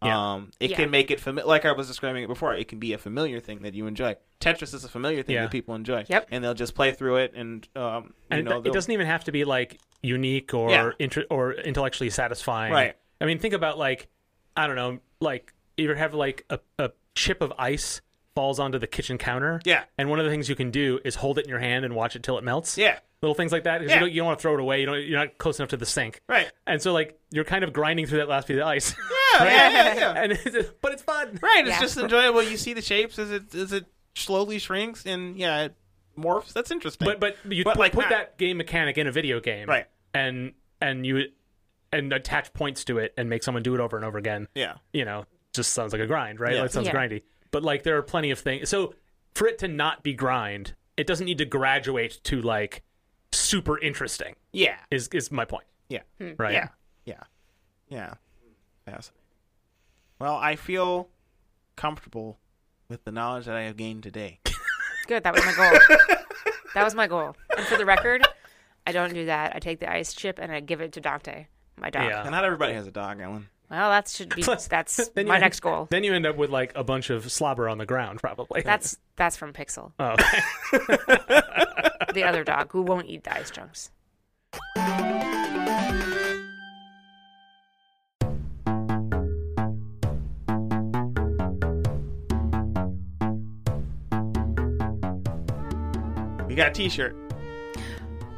A: Yeah.
C: um it
B: Yeah.
C: can make it familiar like i was describing it before it can be a familiar thing that you enjoy tetris is a familiar thing
A: Yeah.
C: that people enjoy
B: Yep.
C: and they'll just play through it and um you
A: And it-
C: know
A: it
C: they'll-
A: doesn't even have to be like unique or
C: Yeah.
A: inter- or intellectually satisfying.
C: Right.
A: I mean, think about like I don't know, like you ever have like a, a chip of ice falls onto the kitchen counter.
C: Yeah.
A: And one of the things you can do is hold it in your hand and watch it till it melts.
C: yeah
A: Little things like that. 'cause
C: Yeah.
A: You don't, you don't want to throw it away. You don't. You're not close enough to the sink.
C: right
A: And so like you're kind of grinding through that last piece of ice.
C: yeah, yeah, yeah, yeah.
A: and it's, but it's fun.
C: right it's
B: Yeah.
C: just enjoyable you see the shapes as it as it slowly shrinks and yeah it morphs that's interesting
A: But but you
C: But,
A: put,
C: like,
A: put
C: not-
A: that game mechanic in a video game,
C: Right.
A: And and you and attach points to it and make someone do it over and over again.
C: yeah
A: You know, just sounds like a grind, right?
C: Yeah.
A: Like, sounds
B: Yeah.
A: grindy. But like there are plenty of things. So for it to not be grind, it doesn't need to graduate to like super interesting.
C: yeah
A: Is is my point,
C: yeah
B: Hmm. Mm,
A: right?
C: Yeah. Yeah. Yeah. Fascinating. Well, I feel comfortable with the knowledge that I have gained today.
B: Good. That was my goal. that was my goal. And for the record, I don't do that. I take the ice chip and I give it to Dante, my dog.
A: Yeah.
C: And not everybody has a dog, Ellen.
B: Well, that should be that's
A: Then you
B: my
A: end-
B: next goal.
A: Then you end up with like a bunch of slobber on the ground, probably.
B: That's that's from Pixel,
A: oh, okay.
B: the other dog who won't eat the ice chunks.
C: We got a T-shirt.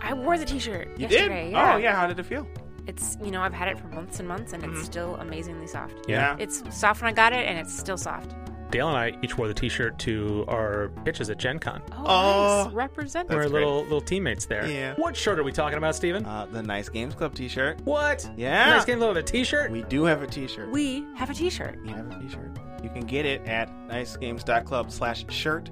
B: I wore the T-shirt
C: You
B: yesterday.
C: did?
B: Yeah.
C: Oh yeah. How did it feel?
B: It's you know I've had it for months and months, and it's still amazingly soft.
A: Mm-hmm. Yeah.
B: It's soft when I got it, and it's still soft.
A: Dale and I each wore the T-shirt to our pitches at Gen Con.
B: Oh,
C: Oh,
B: nice. Represent.
A: We're
C: that's great.
A: little little teammates there.
C: Yeah.
A: What shirt are we talking about, Steven?
C: Uh, the Nice Games Club T-shirt.
A: what?
C: Yeah.
A: Nice game with a T-shirt.
C: We do have a T-shirt.
B: We have a T-shirt.
C: We have a T-shirt. You can get it at nicegames.club/shirt.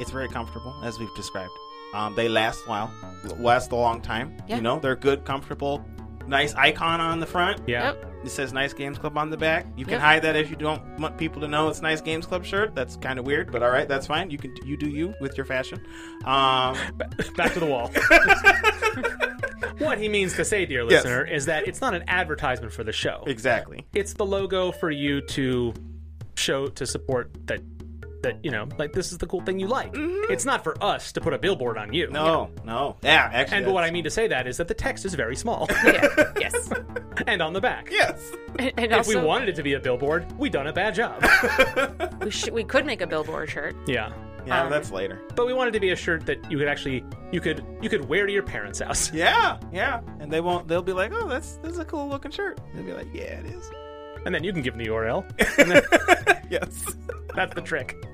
C: It's very comfortable, as we've described. Um, they last a while, last a long time.
B: Yeah.
C: You know, they're good, comfortable. Nice icon on the front.
A: yeah.
B: Yep.
C: It says Nice Games Club on the back. You can
B: Yep.
C: hide that if you don't want people to know it's Nice Games Club shirt. That's kind of weird, but all right, that's fine. You can you do you with your fashion. Um,
A: Back to the wall. what he means to say, dear
C: Yes.
A: listener, is that it's not an advertisement for the show.
C: exactly.
A: It's the logo for you to show to support that that you know, like this is the cool thing you like. It's not for us to put a billboard on you.
C: No, no. Yeah, actually.
A: And but what I
C: that's-
A: mean to say that is that the text is very small
B: Yeah. yes.
A: and on the back.
C: Yes.
B: And, and
A: If
B: also,
A: we wanted it to be a billboard, we done a bad job.
B: we, should, we could make a billboard shirt.
A: yeah.
C: Yeah,
B: Um,
C: that's later.
A: But we wanted to be a shirt that you could actually you could you could wear to your parents' house.
C: Yeah, yeah. And they won't. They'll be like, "Oh, that's this is a cool looking shirt." They'll be like, "Yeah, it is."
A: And then you can give them the URL.
C: Yes.
A: That's the trick.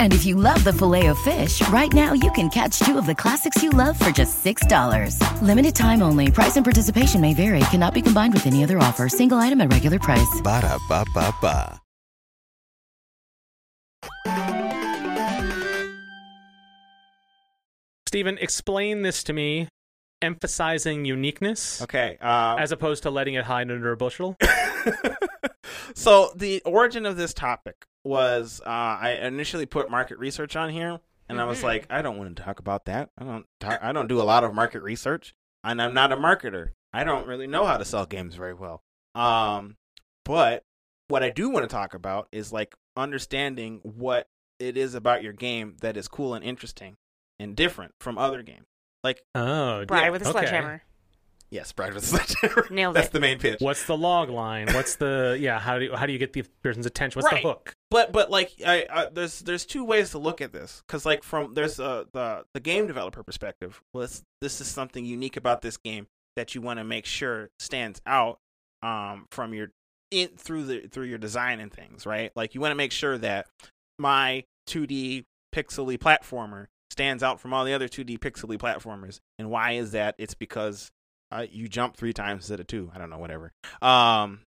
D: And if you love the filet of fish, right now you can catch two of the classics you love for just $6. Limited time only. Price and participation may vary. Cannot be combined with any other offer. Single item at regular price.
E: Ba-da-ba-ba-ba.
A: Stephen, explain this to me, emphasizing uniqueness
C: Okay. Uh,
A: as opposed to letting it hide under a bushel.
C: so the origin of this topic was uh, I initially put market research on here, and I was
B: Mm-hmm.
C: like, I don't want to talk about that. I don't. Talk, I don't do a lot of market research, and I'm not a marketer. I don't really know how to sell games very well. Um, but what I do want to talk about is like understanding what it is about your game that is cool and interesting and different from other games. Like
A: Oh,
B: Bride
A: yeah,
B: with a
A: okay.
B: sledgehammer.
C: yes, Bride with a sledgehammer.
B: Nailed
C: That's
B: it.
C: the main pitch.
A: What's the log line? What's the yeah? How do you, how do you get the person's attention? What's
C: Right.
A: the hook?
C: but but like I, I there's there's two ways to look at this because like from there's uh, the the game developer perspective was this is something unique about this game that you want to make sure stands out um from your in through the through your design and things right like you want to make sure that my 2D pixely platformer stands out from all the other 2D pixely platformers and why is that it's because uh, you jump three times instead of two I don't know whatever um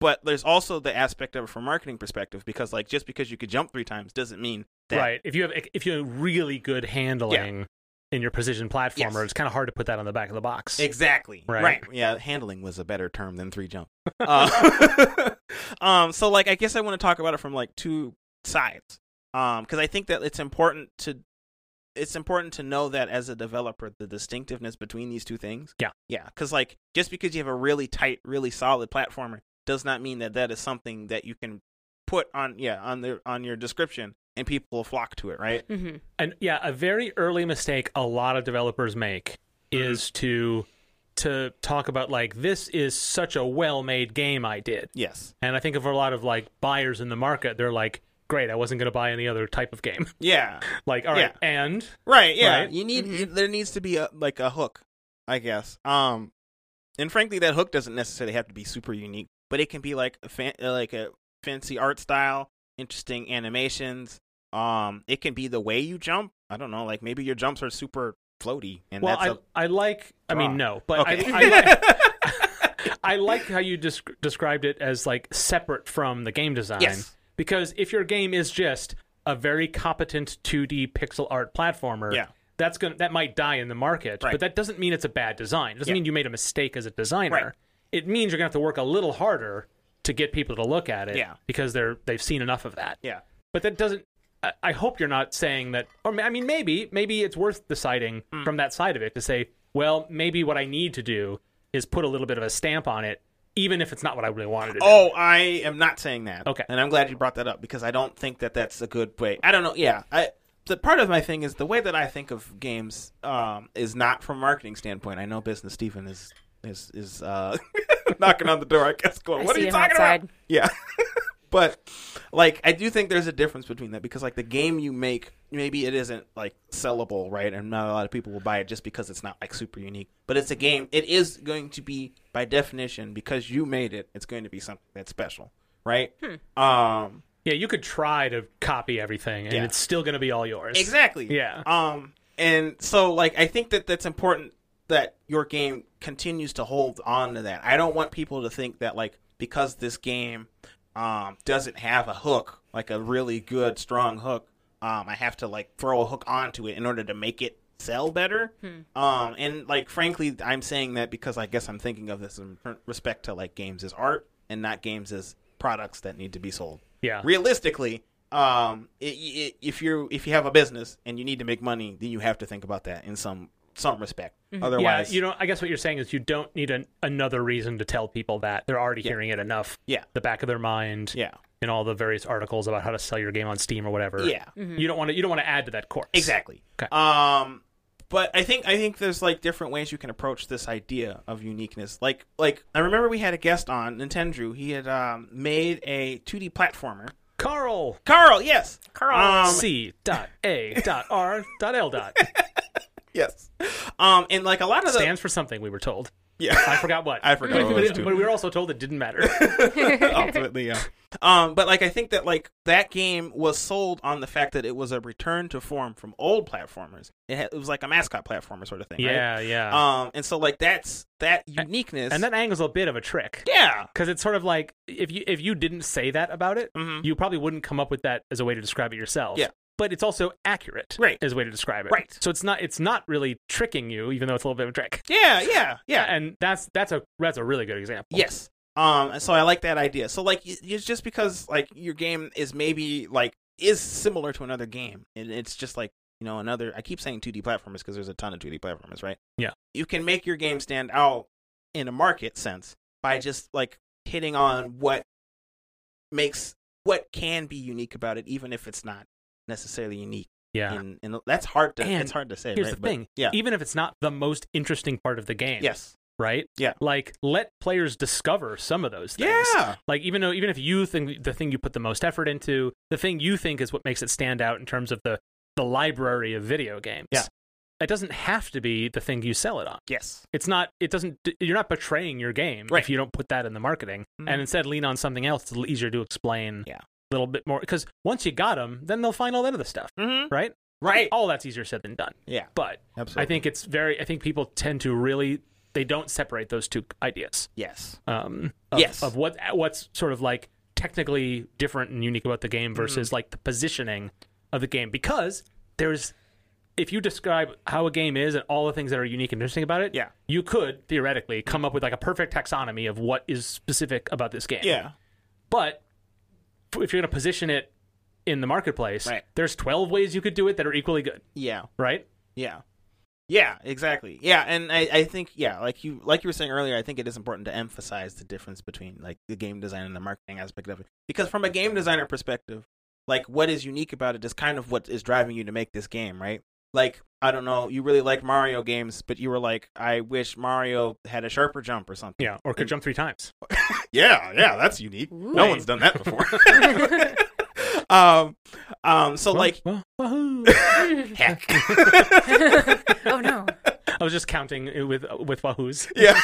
C: but there's also the aspect of it from a marketing perspective because like just because you could jump three times doesn't mean that
A: Right. If you have if you have really good handling in your precision platformer,
C: Yes.
A: it's kind of hard to put that on the back of the box.
C: exactly
A: Right.
C: yeah handling was a better term than three jump uh, um so like i guess i want to talk about it from like two sides um because i think that it's important to it's important to know that as a developer the distinctiveness between these two things
A: Yeah.
C: yeah because like just because you have a really tight really solid platformer does not mean that that is something that you can put on yeah on the on your description and people will flock to it right
B: Mm-hmm.
A: and yeah a very early mistake a lot of developers make is to to talk about like this is such a well-made game i did
C: Yes.
A: and i think of a lot of like buyers in the market they're like great i wasn't going to buy any other type of game
C: Yeah.
A: like all right
C: Yeah.
A: and
C: Right. Yeah. Mm-hmm.
A: Right.
C: You need you- there needs to be a like a hook, I guess. Um, and frankly, that hook doesn't necessarily have to be super unique, but it can be like a fan, uh, like a fancy art style, interesting animations. Um, it can be the way you jump. I don't know. Like maybe your jumps are super floaty, and
A: well
C: that's
A: I
C: a
A: I like i
C: draw.
A: mean no but
C: Okay.
A: I, I, li- I like how you desc- described it as like separate from the game design
C: Yes.
A: because if your game is just a very competent 2D pixel art platformer,
C: Yeah.
A: that's going to that might die in the market,
C: Right.
A: but that doesn't mean it's a bad design. It doesn't
C: Yeah.
A: mean you made a mistake as a designer.
C: Right.
A: It means you're going to have to work a little harder to get people to look at it
C: Yeah.
A: because they're they've seen enough of that.
C: Yeah.
A: But that doesn't. I, I hope you're not saying that. Or ma- I mean, maybe maybe it's worth deciding
C: Hmm.
A: from that side of it to say, well, maybe what I need to do is put a little bit of a stamp on it, even if it's not what I really wanted to do.
C: Oh, I am not saying that.
A: Okay.
C: And I'm glad you brought that up because I don't think that that's a good way. I don't know. Yeah. I the part of my thing is the way that I think of games um, is not from a marketing standpoint. I know business Stephen is is is uh, knocking on the door. I guess going.
B: I
C: what are
B: see
C: you
B: him
C: talking
B: outside."
C: about? Yeah. but like I do think there's a difference between that because like the game you make maybe it isn't like sellable, right? And not a lot of people will buy it just because it's not like super unique. But it's a game. It is going to be by definition because you made it, it's going to be something that's special, right?
B: Hmm.
C: Um
A: Yeah, you could try to copy everything, and
C: Yeah.
A: it's still going to be all yours.
C: Exactly.
A: Yeah.
C: Um, and so like I think that that's important that your game continues to hold on to that. I don't want people to think that like because this game um doesn't have a hook, like a really good strong hook, um I have to like throw a hook onto it in order to make it sell better. Um and like frankly I'm saying that because I guess I'm thinking of this in respect to like games as art and not games as products that need to be sold
A: Yeah.
C: realistically, um, i i if you if you have a business and you need to make money, then you have to think about that in some some respect. Otherwise,
A: Yeah, you know, I guess what you're saying is you don't need an, another reason to tell people that they're already hearing it enough.
C: Yeah.
A: the back of their mind.
C: Yeah.
A: in all the various articles about how to sell your game on Steam or whatever.
C: Yeah.
A: you don't want to you don't want to add to that course.
C: Exactly.
A: Okay.
C: Um, but I think I think there's like different ways you can approach this idea of uniqueness. Like like I remember we had a guest on Nintendo. He had um, made a 2D platformer.
A: Carl
C: Carl, yes,
B: Carl.
C: Um,
A: C dot A dot R dot L dot
C: yes. Um, and like a lot of the
A: stands for something we were told.
C: yeah.
A: I forgot what.
C: I forgot
A: But-
C: what it was,
A: but,
C: too.
A: but we were also told it didn't matter.
C: ultimately yeah um but like i think that like that game was sold on the fact that it was a return to form from old platformers it, had, it was like a mascot platformer sort of thing
A: yeah, yeah.
C: right? um and so like that's that uniqueness
A: and that angle's a bit of a trick.
C: yeah
A: because it's sort of like if you if you didn't say that about it,
C: Mhm.
A: you probably wouldn't come up with that as a way to describe it yourself.
C: Yeah.
A: But it's also accurate,
C: Right.
A: As a way to describe it,
C: Right.
A: So it's not it's not really tricking you, even though it's a little bit of a trick.
C: yeah yeah yeah
A: And that's that's a that's a really good example.
C: Yes. Um. and So I like that idea. So like, y- it's just because like your game is maybe like is similar to another game, and it's just like you know another. I keep saying 2D platformers because there's a ton of 2D platformers, right?
A: Yeah.
C: You can make your game stand out in a market sense by just like hitting on what makes what can be unique about it, even if it's not necessarily unique.
A: Yeah.
C: And, and that's hard to
A: And
C: it's hard to say.
A: Here's
C: right?
A: the
C: But-
A: thing.
C: yeah.
A: Even if it's not the most interesting part of the game.
C: Yes.
A: Right.
C: Yeah.
A: Like let players discover some of those things.
C: Yeah.
A: Like even though even if you think the thing you put the most effort into, the thing you think is what makes it stand out in terms of the the library of video games.
C: Yeah.
A: It doesn't have to be the thing you sell it on.
C: Yes.
A: It's not it doesn't you're not betraying your game
C: Right.
A: if you don't put that in the marketing
C: Mhm.
A: and instead lean on something else. It's a little easier to explain.
C: Yeah.
A: A little bit more because once you got them, then they'll find all that other stuff,
C: Mm-hmm.
A: right?
C: Right.
A: All that's easier said than done.
C: Yeah.
A: But
C: Absolutely.
A: I think it's very. I think people tend to really they don't separate those two ideas.
C: yes.
A: Um, of,
C: Yes.
A: Of what what's sort of like technically different and unique about the game versus
C: Mm.
A: like the positioning of the game because there's if you describe how a game is and all the things that are unique and interesting about it,
C: Yeah.
A: you could theoretically come up with like a perfect taxonomy of what is specific about this game.
C: Yeah.
A: But if you're going to position it in the marketplace,
C: Right.
A: there's 12 ways you could do it that are equally good,
C: Yeah.
A: right?
C: Yeah. Yeah, exactly. Yeah, and I, I think yeah, like you like you were saying earlier, I think it is important to emphasize the difference between like the game design and the marketing aspect of it. Because from a game designer perspective, like what is unique about it is kind of what is driving you to make this game, right? Like, I don't know, you really liked Mario games, but you were like, I wish Mario had a sharper jump or something.
A: Yeah, or could jump three times.
C: Yeah, yeah, that's unique.
A: Right.
C: No one's done that before. um um so like
A: Wah- wahoo.
C: heck.
B: Mm-hmm. oh no.
A: I was just counting it with with wahoos.
C: yeah.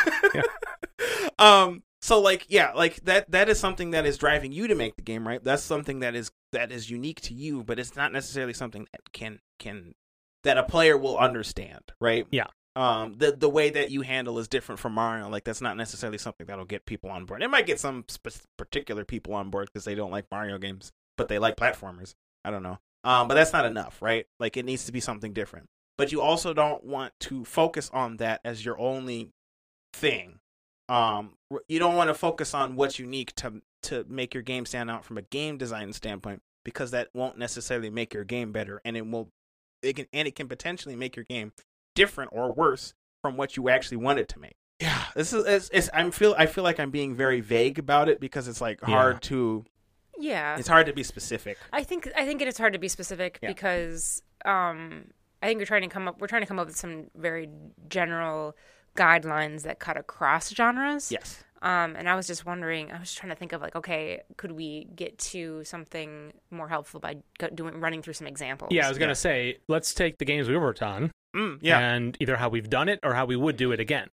C: um so like yeah like that that is something that is driving you to make the game right that's something that is that is unique to you but it's not necessarily something that can can that a player will understand right
A: Yeah.
C: um the the way that you handle is different from mario like that's not necessarily something that'll get people on board it might get some sp- particular people on board because they don't like mario games but they like platformers i don't know Um, but that's not enough, right? Like it needs to be something different. But you also don't want to focus on that as your only thing. Um, r- you don't want to focus on what's unique to to make your game stand out from a game design standpoint because that won't necessarily make your game better, and it will, it can and it can potentially make your game different or worse from what you actually wanted to make. Yeah, this is it's, it's I'm feel I feel like I'm being very vague about it because it's like hard to
B: Yeah.
C: it's hard to be specific.
B: I think I think it is hard to be specific
C: Yeah.
B: because um, I think we're trying to come up we're trying to come up with some very general guidelines that cut across genres.
C: Yes.
B: Um, and I was just wondering, I was trying to think of like, okay, could we get to something more helpful by go- doing running through some examples?
A: Yeah, I was gonna say, let's take the games we worked on
C: Mm, yeah.
A: and either how we've done it or how we would do it again.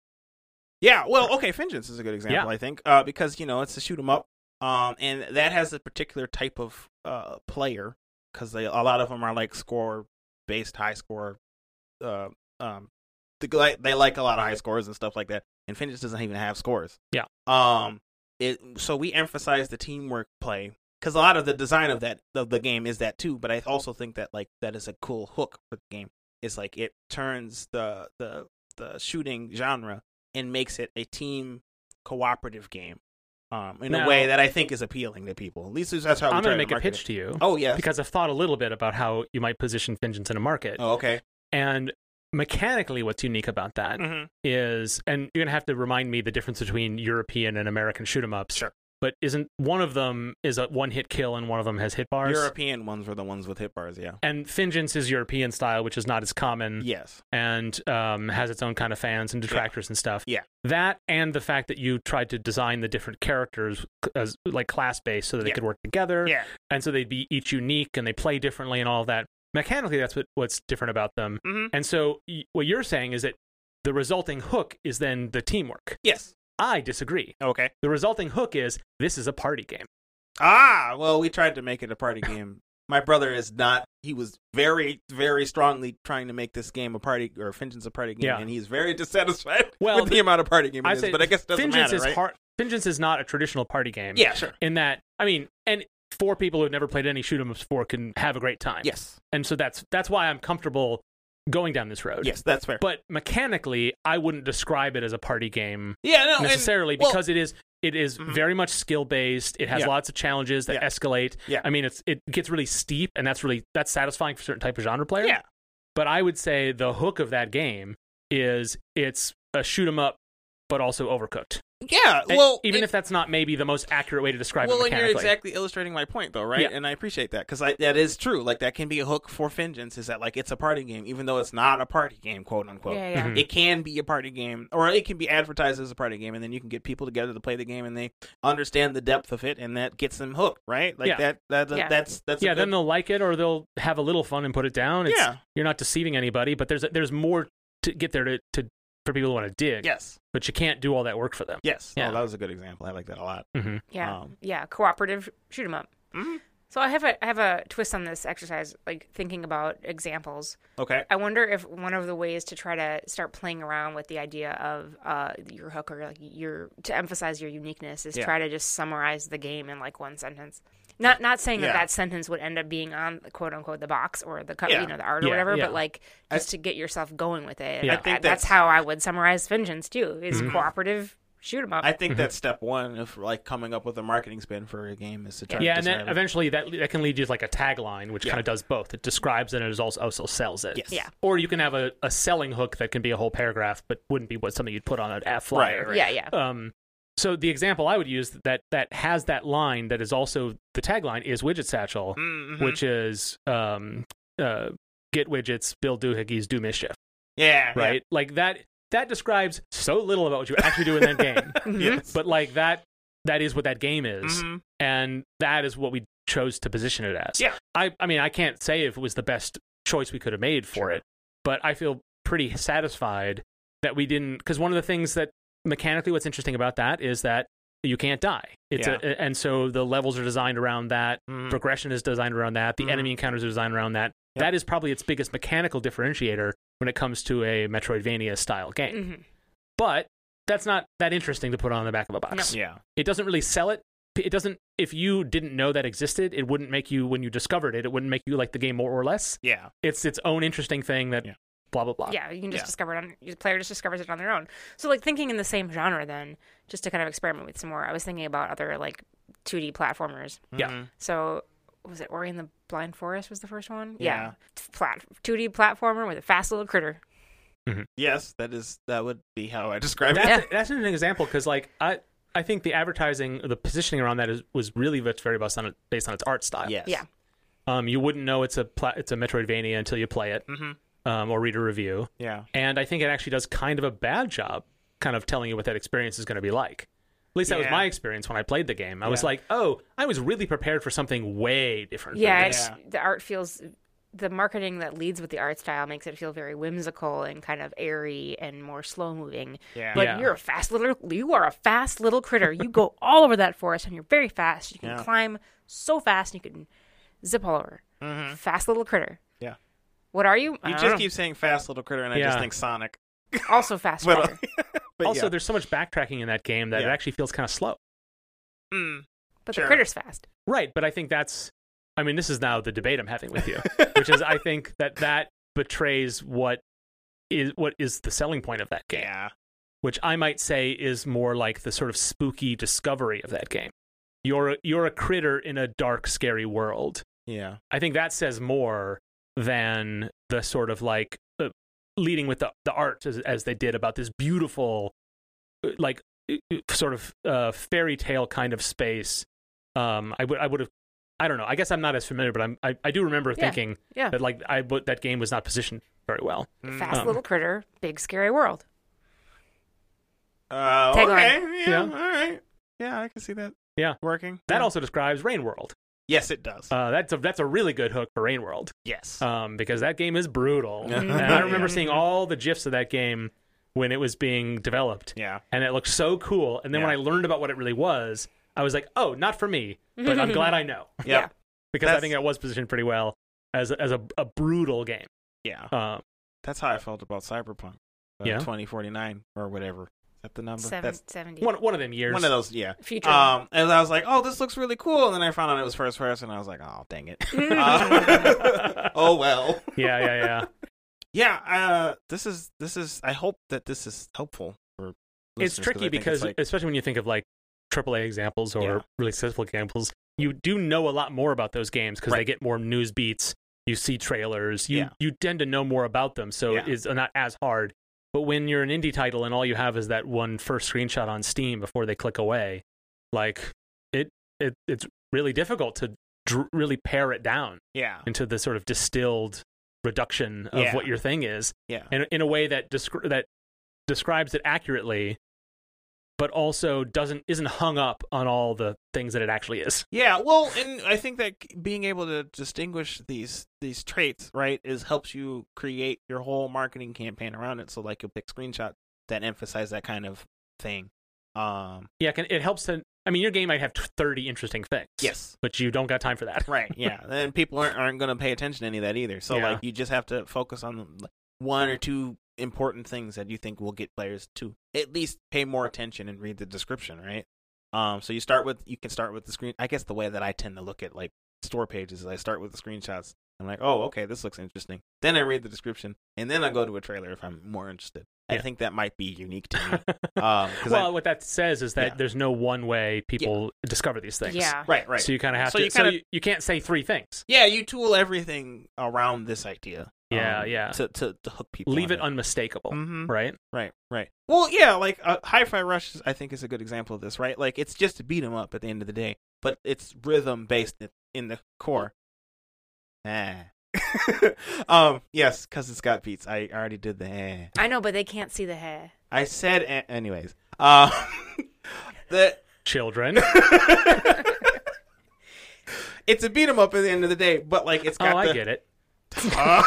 C: Yeah, well, okay, Vengeance is a good example,
A: Yeah.
C: I think, uh, because you know it's a shoot 'em up, um, and that has a particular type of uh, player because a lot of them are like score based, high score. Uh, um, they, gli- they like a lot of high scores and stuff like that. And Vengeance doesn't even have scores.
A: Yeah.
C: Um, it so we emphasize the teamwork play because a lot of the design of that of the game is that too. But I also think that like that is a cool hook for the game. It's like it turns the the the shooting genre and makes it a team cooperative game um, in
A: Now-
C: a way that I think is appealing to people. At least that's how we
A: I'm
C: try
A: gonna make a
C: market
A: pitch
C: it.
A: to you
C: Oh yeah.
A: because I've thought a little bit about how you might position Vengeance in a market
C: oh okay.
A: and mechanically what's unique about that
C: Mm-hmm.
A: is and you're gonna have to remind me the difference between European and American shoot 'em ups.
C: Sure.
A: But isn't one of them is a one hit kill and one of them has hit bars?
C: European ones were the ones with hit bars. Yeah.
A: And Finjin's is European style, which is not as common
C: Yes.
A: and um, has its own kind of fans and detractors and stuff.
C: Yeah.
A: That and the fact that you tried to design the different characters c- as like class based so that they
C: Yeah.
A: could work together.
C: Yeah.
A: And so they'd be each unique and they play differently and all that. Mechanically, that's what, what's different about them.
C: Mhm.
A: And so y- what you're saying is that the resulting hook is then the teamwork.
C: Yes.
A: I disagree.
C: Okay.
A: The resulting hook is this is a party game.
C: Ah, well, we tried to make it a party game. My brother is not. He was very, very strongly trying to make this game a party or Vengeance a party game,
A: Yeah.
C: and he's very dissatisfied
A: Well,
C: with the amount of party game it
A: I
C: is,
A: say
C: But I guess it doesn't
A: Vengeance
C: matter,
A: is
C: right?
A: har- Vengeance is not a traditional party game.
C: Yeah, sure.
A: in that I mean, and four people who've never played any shoot 'em ups before can have a great time.
C: Yes,
A: And so that's that's why I'm comfortable going down this road.
C: yes, that's fair.
A: But mechanically, I wouldn't describe it as a party game
C: yeah, no, and-
A: necessarily
C: well,
A: because it is it is
C: Mhm.
A: very much skill based. It has
C: Yeah.
A: lots of challenges that
C: Yeah.
A: escalate.
C: Yeah.
A: I mean, it's it gets really steep, and that's really that's satisfying for certain type of genre player.
C: yeah,
A: But I would say the hook of that game is it's a shoot 'em up, but also overcooked.
C: yeah.
A: And
C: Well,
A: even
C: it-
A: if that's not maybe the most accurate way to describe
C: well,
A: it
C: and you're
A: mechanically.
C: exactly illustrating my point, though, right?
A: Yeah.
C: And I appreciate that because that is true. Like that can be a hook for Vengeance is that like it's a party game, even though it's not a party game, quote unquote.
B: Yeah, yeah.
A: Mhm.
C: It can be a party game, or it can be advertised as a party game, and then you can get people together to play the game, and they understand the depth of it, and that gets them hooked, right? Like
A: Yeah.
C: that. That, that
B: Yeah.
C: that's that's a
A: yeah,
C: good-
A: then they'll like it or they'll have a little fun and put it down. It's,
C: Yeah.
A: you're not deceiving anybody, but there's there's more to get there to, to for people who want to dig.
C: yes,
A: but you can't do all that work for them.
C: yes.
A: Yeah.
C: Oh, that was a good example. I like that a lot.
A: Mm-hmm.
B: Yeah,
C: Um,
B: yeah, cooperative shoot 'em up.
C: Mhm.
B: So I have a I have a twist on this exercise, like thinking about examples.
C: Okay.
B: I wonder if one of the ways to try to start playing around with the idea of uh, your hook or like your to emphasize your uniqueness is
C: Yeah.
B: try to just summarize the game in like one sentence. Not not saying
C: Yeah.
B: that that sentence would end up being on quote unquote the box or the co-
C: Yeah.
B: you know the art or
A: Yeah,
B: whatever,
A: yeah.
B: but like just to get yourself going with it.
A: Yeah. I
B: Like,
C: think
B: I- that's,
C: that's- Mm-hmm.
B: how I would summarize vengeance too. Is cooperative shoot 'em up.
C: I
A: Mm-hmm.
C: think that's step one of like coming up with a marketing spin for a game is to try.
A: Yeah,
C: to
A: and then
C: describe it.
A: eventually that that can lead you to like a tagline, which
C: Yeah.
A: kind of does both. It describes it and it also, also sells it.
C: Yes.
B: Yeah.
A: Or you can have a, a selling hook that can be a whole paragraph, but wouldn't be what something you'd put on an F flyer.
C: Right.
B: yeah, yeah.
A: Um, so the example I would use that that has that line that is also the tagline is Widget Satchel,
C: Mhm.
A: which is um, uh, get widgets, Bill Doohickeys do mischief,
C: yeah, yeah.
A: right? Like that that describes so little about what you actually do in that game,
C: Yes.
A: but like that that is what that game is,
C: Mhm.
A: and that is what we chose to position it as.
C: Yeah.
A: I I mean I can't say if it was the best choice we could have made for it, but I feel pretty satisfied that we didn't because one of the things that mechanically what's interesting about that is that you can't die. It's
C: Yeah.
A: a, and so the levels are designed around that.
C: Mhm.
A: Progression is designed around that. The
C: Mhm.
A: enemy encounters are designed around that.
C: Yep.
A: That is probably its biggest mechanical differentiator when it comes to a Metroidvania style game.
B: hmm
A: But that's not that interesting to put on the back of a box.
C: Yeah.
A: It doesn't really sell it. It doesn't if you didn't know that existed, it wouldn't make you when you discovered it, it wouldn't make you like the game more or less.
C: Yeah.
A: It's its own interesting thing that
C: Yeah.
A: blah blah blah.
B: Yeah, you can just
C: Yeah.
B: discover it on the player just discovers it on their own. So like thinking in the same genre then, just to kind of experiment with some more. I was thinking about other like 2D platformers.
A: Yeah.
C: Mm-hmm.
B: So was it Ori and the Blind Forest was the first one?
C: Yeah.
B: Plat- 2D platformer with a fast little critter.
C: Yes, that is that would be how I describe it.
A: That's, that's an example because like I I think the advertising the positioning around that is was really that's very based on it, based on its art style.
C: Yes.
B: Yeah.
A: Um, you wouldn't know it's a pla- it's a Metroidvania until you play it
C: Mm-hmm.
A: um, or read a review.
C: Yeah.
A: And I think it actually does kind of a bad job, kind of telling you what that experience is going to be like. At least that was
C: Yeah.
A: my experience when I played the game. I was like, oh, I was really prepared for something way different. than
B: Yeah,
A: this.
B: it's, the art feels the marketing that leads with the art style makes it feel very whimsical and kind of airy and more slow moving.
C: Yeah.
B: But
A: Yeah.
B: you're a fast little you are a fast little critter. You go all over that forest and you're very fast. You can
C: Yeah.
B: climb so fast and you can zip all over. Fast little critter.
C: Hmm. Yeah.
B: What are you? I
C: Mm-hmm. You
B: don't
C: just
B: know.
C: keep saying fast little critter and I
A: Yeah.
C: just think Sonic.
B: also fast
C: But, uh,
B: critter.
C: but
A: also,
C: yeah.
A: there's so much backtracking in that game that it
C: Yeah.
A: actually feels kind of slow.
C: Mm.
B: But
C: sure.
B: the critter's fast.
A: Right, but I think that's I mean, this is now the debate I'm having with you, which is I think that that betrays what is what is the selling point of that game,
C: Yeah.
A: which I might say is more like the sort of spooky discovery of that game. You're a, you're a critter in a dark, scary world.
C: Yeah.
A: I think that says more than the sort of like uh, leading with the, the art as, as they did about this beautiful, uh, like uh, uh, sort of uh, fairy tale kind of space. Um, I would I would have I don't know. I guess I'm not as familiar, but I'm I, I do remember
B: Yeah,
A: thinking
B: yeah. Hmm.
A: that like I would- that game was not positioned very well.
C: um,
B: Fast little critter, big scary world.
C: Uh,
B: Tagline.
C: okay.
A: Yeah.
C: Yeah, All right. Yeah, I can see that
A: Yeah,
C: working.
A: that
C: Yeah.
A: also describes Rain World.
C: Yes, it does.
A: Uh, that's a that's a really good hook for Rain World.
C: yes.
A: um, because that game is brutal.
C: Yeah.
A: and I remember
C: Yeah.
A: seeing all the gifs of that game when it was being developed.
C: Yeah.
A: and it looked so cool. And then when I
C: Yeah.
A: learned about what it really was, I was like, "Oh, not for me," but I'm glad I know
C: Yep.
A: because I
C: That's-
A: think it was positioned pretty well as as a, a brutal game.
C: Yeah. Uh,
A: Um,
C: That's how I felt about Cyberpunk. uh,
A: Yeah.
C: 2049 or whatever. Is that the number?
B: Seven,
C: That's
B: 70.
A: one one of them years.
C: one of those, yeah.
B: Future.
C: Um, and I was like, oh, this looks really cool. And then I found out it was first person. I was like, oh, dang it.
B: Mm.
C: Uh, oh, well.
A: yeah, yeah, yeah.
C: Yeah. Uh, this is, this is, I hope that this is helpful for
A: it's
C: listeners, 'cause I
A: tricky
C: think it's
A: because,
C: like-
A: especially when you think of like AAA examples or
C: Yeah.
A: really successful examples, you do know a lot more about those games because they
C: Right.
A: get more news beats. You see trailers. You
C: Yeah.
A: you tend to know more about them, so
C: Yeah.
A: it's not as hard. But when you're an indie title and all you have is that one first screenshot on Steam before they click away, like it it it's really difficult to dr- really pare it down
C: yeah.
A: into the sort of distilled reduction of
C: Yeah.
A: what your thing is
C: Yeah.
A: in, in a way that descri- that describes it accurately, but also doesn't isn't hung up on all the things that it actually is.
C: Yeah, well, and I think that c- being able to distinguish these these traits, right, is helps you create your whole marketing campaign around it. So like you'll pick screenshots that emphasize that kind of thing. Um
A: Yeah, it can, it helps to. I mean, your game might have t- thirty interesting things.
C: Yes.
A: but you don't got time for that.
C: Right, yeah. and people aren't aren't gonna pay attention to any of that either. So
A: Yeah.
C: like you just have to focus on like, one or two important things that you think will get players to at least pay more attention and read the description, right? Um so you start with you can start with the screen I guess the way that I tend to look at like store pages is I start with the screenshots I'm like, oh, okay, this looks interesting. Then I read the description, and then I go to a trailer if I'm more interested.
A: Yeah.
C: I think that might be unique to me. um, 'cause
A: Well,
C: I-
A: what that says is that
C: Yeah.
A: there's no one way people discover these things.
B: Yeah.
C: right, right.
A: So you kind of have
C: So
A: to.
C: you
A: so
C: kinda-
A: you, you can't say three things.
C: yeah, you tool everything around this idea. um,
A: Yeah, yeah.
C: To, to to hook people.
A: Leave
C: on
A: it unmistakable.
C: Mhm.
A: Right.
C: Right, right. Well, yeah, like uh, Hi-Fi Rush, is, I think, is a good example of this, right? Like it's just a beat 'em up at the end of the day, but it's rhythm based in- in the core. Ah. um. Yes, because it's got beats. I already did the. Eh.
B: I know, but they can't see the hair.
C: I said, a- anyways. Uh, that
A: Children. Oh,
C: it's a beat 'em up at the end of the day, but like it's
A: oh,
C: got the,
A: I get it.
C: Uh,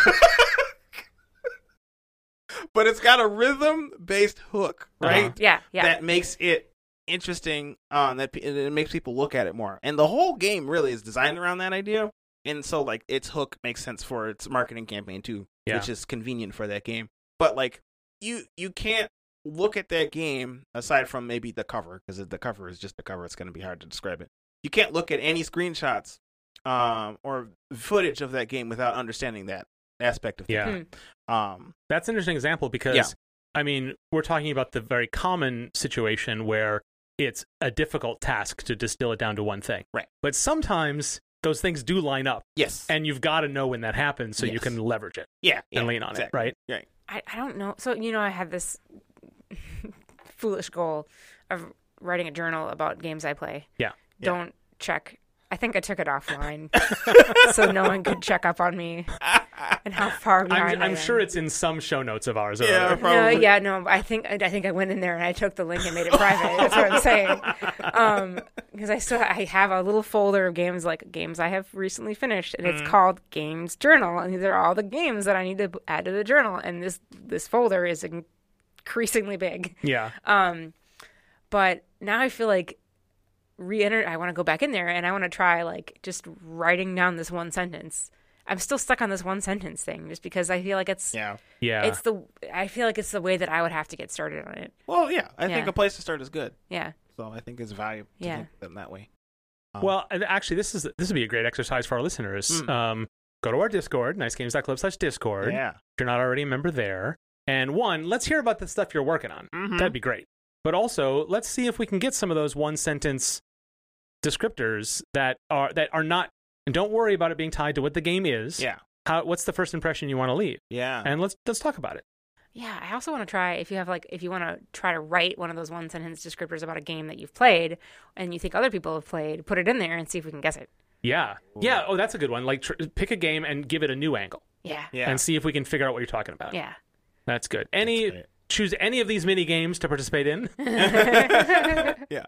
C: but it's got a rhythm based hook, right?
A: Uh-huh.
B: Yeah, yeah.
C: That makes it interesting. Um, that pe- and it makes people look at it more, and the whole game really is designed around that idea. And so, like, its hook makes sense for its marketing campaign too,
A: Yeah.
C: which is convenient for that game. But like, you you can't look at that game aside from maybe the cover because the cover is just the cover. It's going to be hard to describe it. you can't look at any screenshots um, or footage of that game without understanding that aspect of the
A: Yeah.
C: game. Um,
A: That's an interesting example because
C: Yeah.
A: I mean, we're talking about the very common situation where it's a difficult task to distill it down to one thing.
C: Right.
A: But sometimes those things do line up
C: yes.
A: and you've got to know when that happens so you
C: Yes.
A: can leverage it
C: yeah, yeah,
A: and lean on
C: exactly.
A: it, right?
C: Right.
B: I, I don't know. So, you know, I had this foolish goal of writing a journal about games I play.
A: Yeah.
B: Don't check. I think I took it offline so no one could check up on me and how far behind
A: I'm,
B: I
A: I'm
B: am.
A: sure it's in some show notes of ours. or
C: Yeah,
A: other.
C: probably.
B: No, yeah, no. I think I think I went in there and I took the link and made it private. That's what I'm saying. Because I still I have a little folder of games like games I have recently finished, and
A: Mm.
B: it's called Games Journal, and these are all the games that I need to b- add to the journal. And this this folder is in- increasingly big.
A: yeah.
B: Um, But now I feel like re-enter. I want to go back in there and I want to try like just writing down this one sentence. I'm still stuck on this one sentence thing just because I feel like it's
C: Yeah.
A: yeah.
B: it's the I feel like it's the way that I would have to get started on it.
C: Well, yeah. I think
B: Yeah.
C: a place to start is good.
B: Yeah.
C: So I think it's valuable to
B: Yeah.
C: think of them that way. Um,
A: Well, and actually, this is this would be a great exercise for our listeners.
C: Mm.
A: Um, go to our Discord, nicegames.club slash Discord.
C: yeah.
A: If you're not already a member there. And one, let's hear about the stuff you're working on.
C: Mhm.
A: That'd be great. But also, let's see if we can get some of those one sentence descriptors that are that are not. And don't worry about it being tied to what the game is.
C: Yeah. Uh.
A: How, what's the first impression you want to leave?
C: Yeah.
A: And let's let's talk about it.
B: Yeah, I also want to try if you have like if you want to try to write one of those one sentence descriptors about a game that you've played and you think other people have played, put it in there and see if we can guess it.
A: Yeah. Yeah. Oh, that's a good one. Like, tr- pick a game and give it a new angle,
B: Yeah.
C: yeah.
A: and see if we can figure out what you're talking about.
B: Yeah.
A: That's good. Any
C: great.
A: choose any of these mini games to participate in.
C: yeah.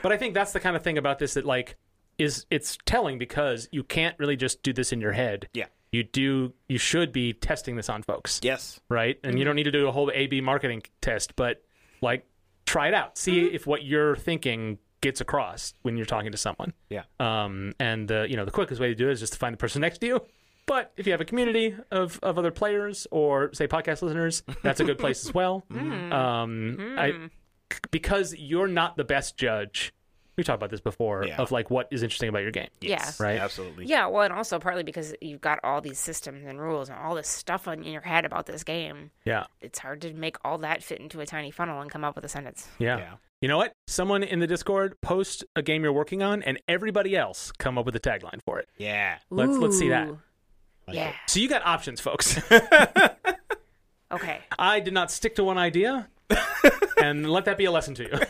A: but I think that's the kind of thing about this that like is it's telling because you can't really just do this in your head.
C: Yeah.
A: You do you should be testing this on folks,
C: Yes.
A: right? And you don't need to do a whole A/B marketing test, but like try it out. See if what you're thinking gets across when you're talking to someone.
C: Yeah.
A: Um, and the you know the quickest way to do it is just to find the person next to you. But if you have a community of, of other players or say podcast listeners, that's a good place as well. Um, I, because you're not the best judge. We talked about this before
C: Yeah.
A: of like what is interesting about your game.
B: Yes.
A: Right.
C: Absolutely.
B: Yeah, well, and also partly because you've got all these systems and rules and all this stuff on, in your head about this game.
A: Yeah.
B: It's hard to make all that fit into a tiny funnel and come up with a sentence.
A: Yeah.
C: Yeah.
A: You know what? Someone in the Discord post a game you're working on, and everybody else come up with a tagline for it.
C: Yeah.
A: Let's- let's see that.
B: Ooh. yeah.
A: So you got options, folks.
B: Okay.
A: I did not stick to one idea, and let that be a lesson to you.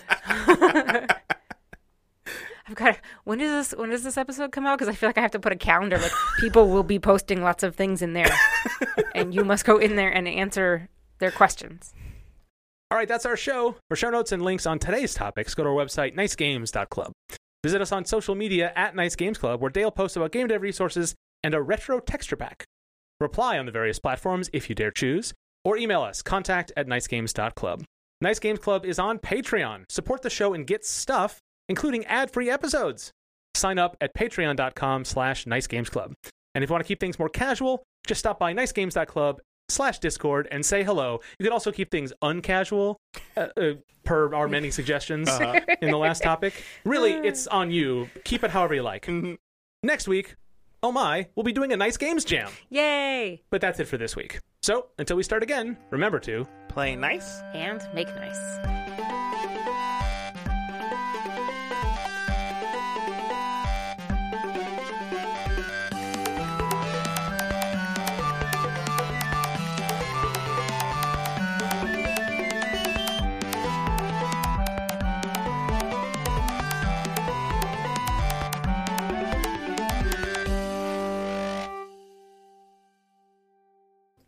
B: I've got. When does this? When does this episode come out? Because I feel like I have to put a calendar. Like people will be posting lots of things in there, and you must go in there and answer their questions.
A: All right, that's our show. For show notes and links on today's topics, go to our website, nicegames.club. Visit us on social media at Nice Games Club, where Dale posts about game dev resources and a retro texture pack. Reply on the various platforms if you dare choose, or email us, contact at nicegames.club. Nice Games Club is on Patreon. Support the show and get stuff, including ad-free episodes. Sign up at patreon.com slash nicegamesclub. And if you want to keep things more casual, just stop by nicegames.club slash discord and say hello. You can also keep things uncasual, uh, uh, per our many suggestions in the last topic. Really, it's on you. Keep it however you like. Next week, oh my, we'll be doing a nice games jam.
B: Yay!
A: But that's it for this week. So until we start again, remember to
C: Play nice.
B: And make nice.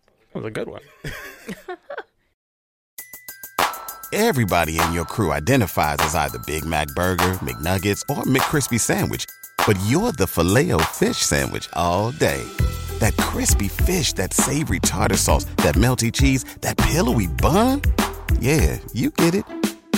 A: that was a good one.
E: Everybody in your crew identifies as either Big Mac Burger, McNuggets, or McCrispy Sandwich. But you're the filet fish Sandwich all day. That crispy fish, that savory tartar sauce, that melty cheese, that pillowy bun. Yeah, you get it.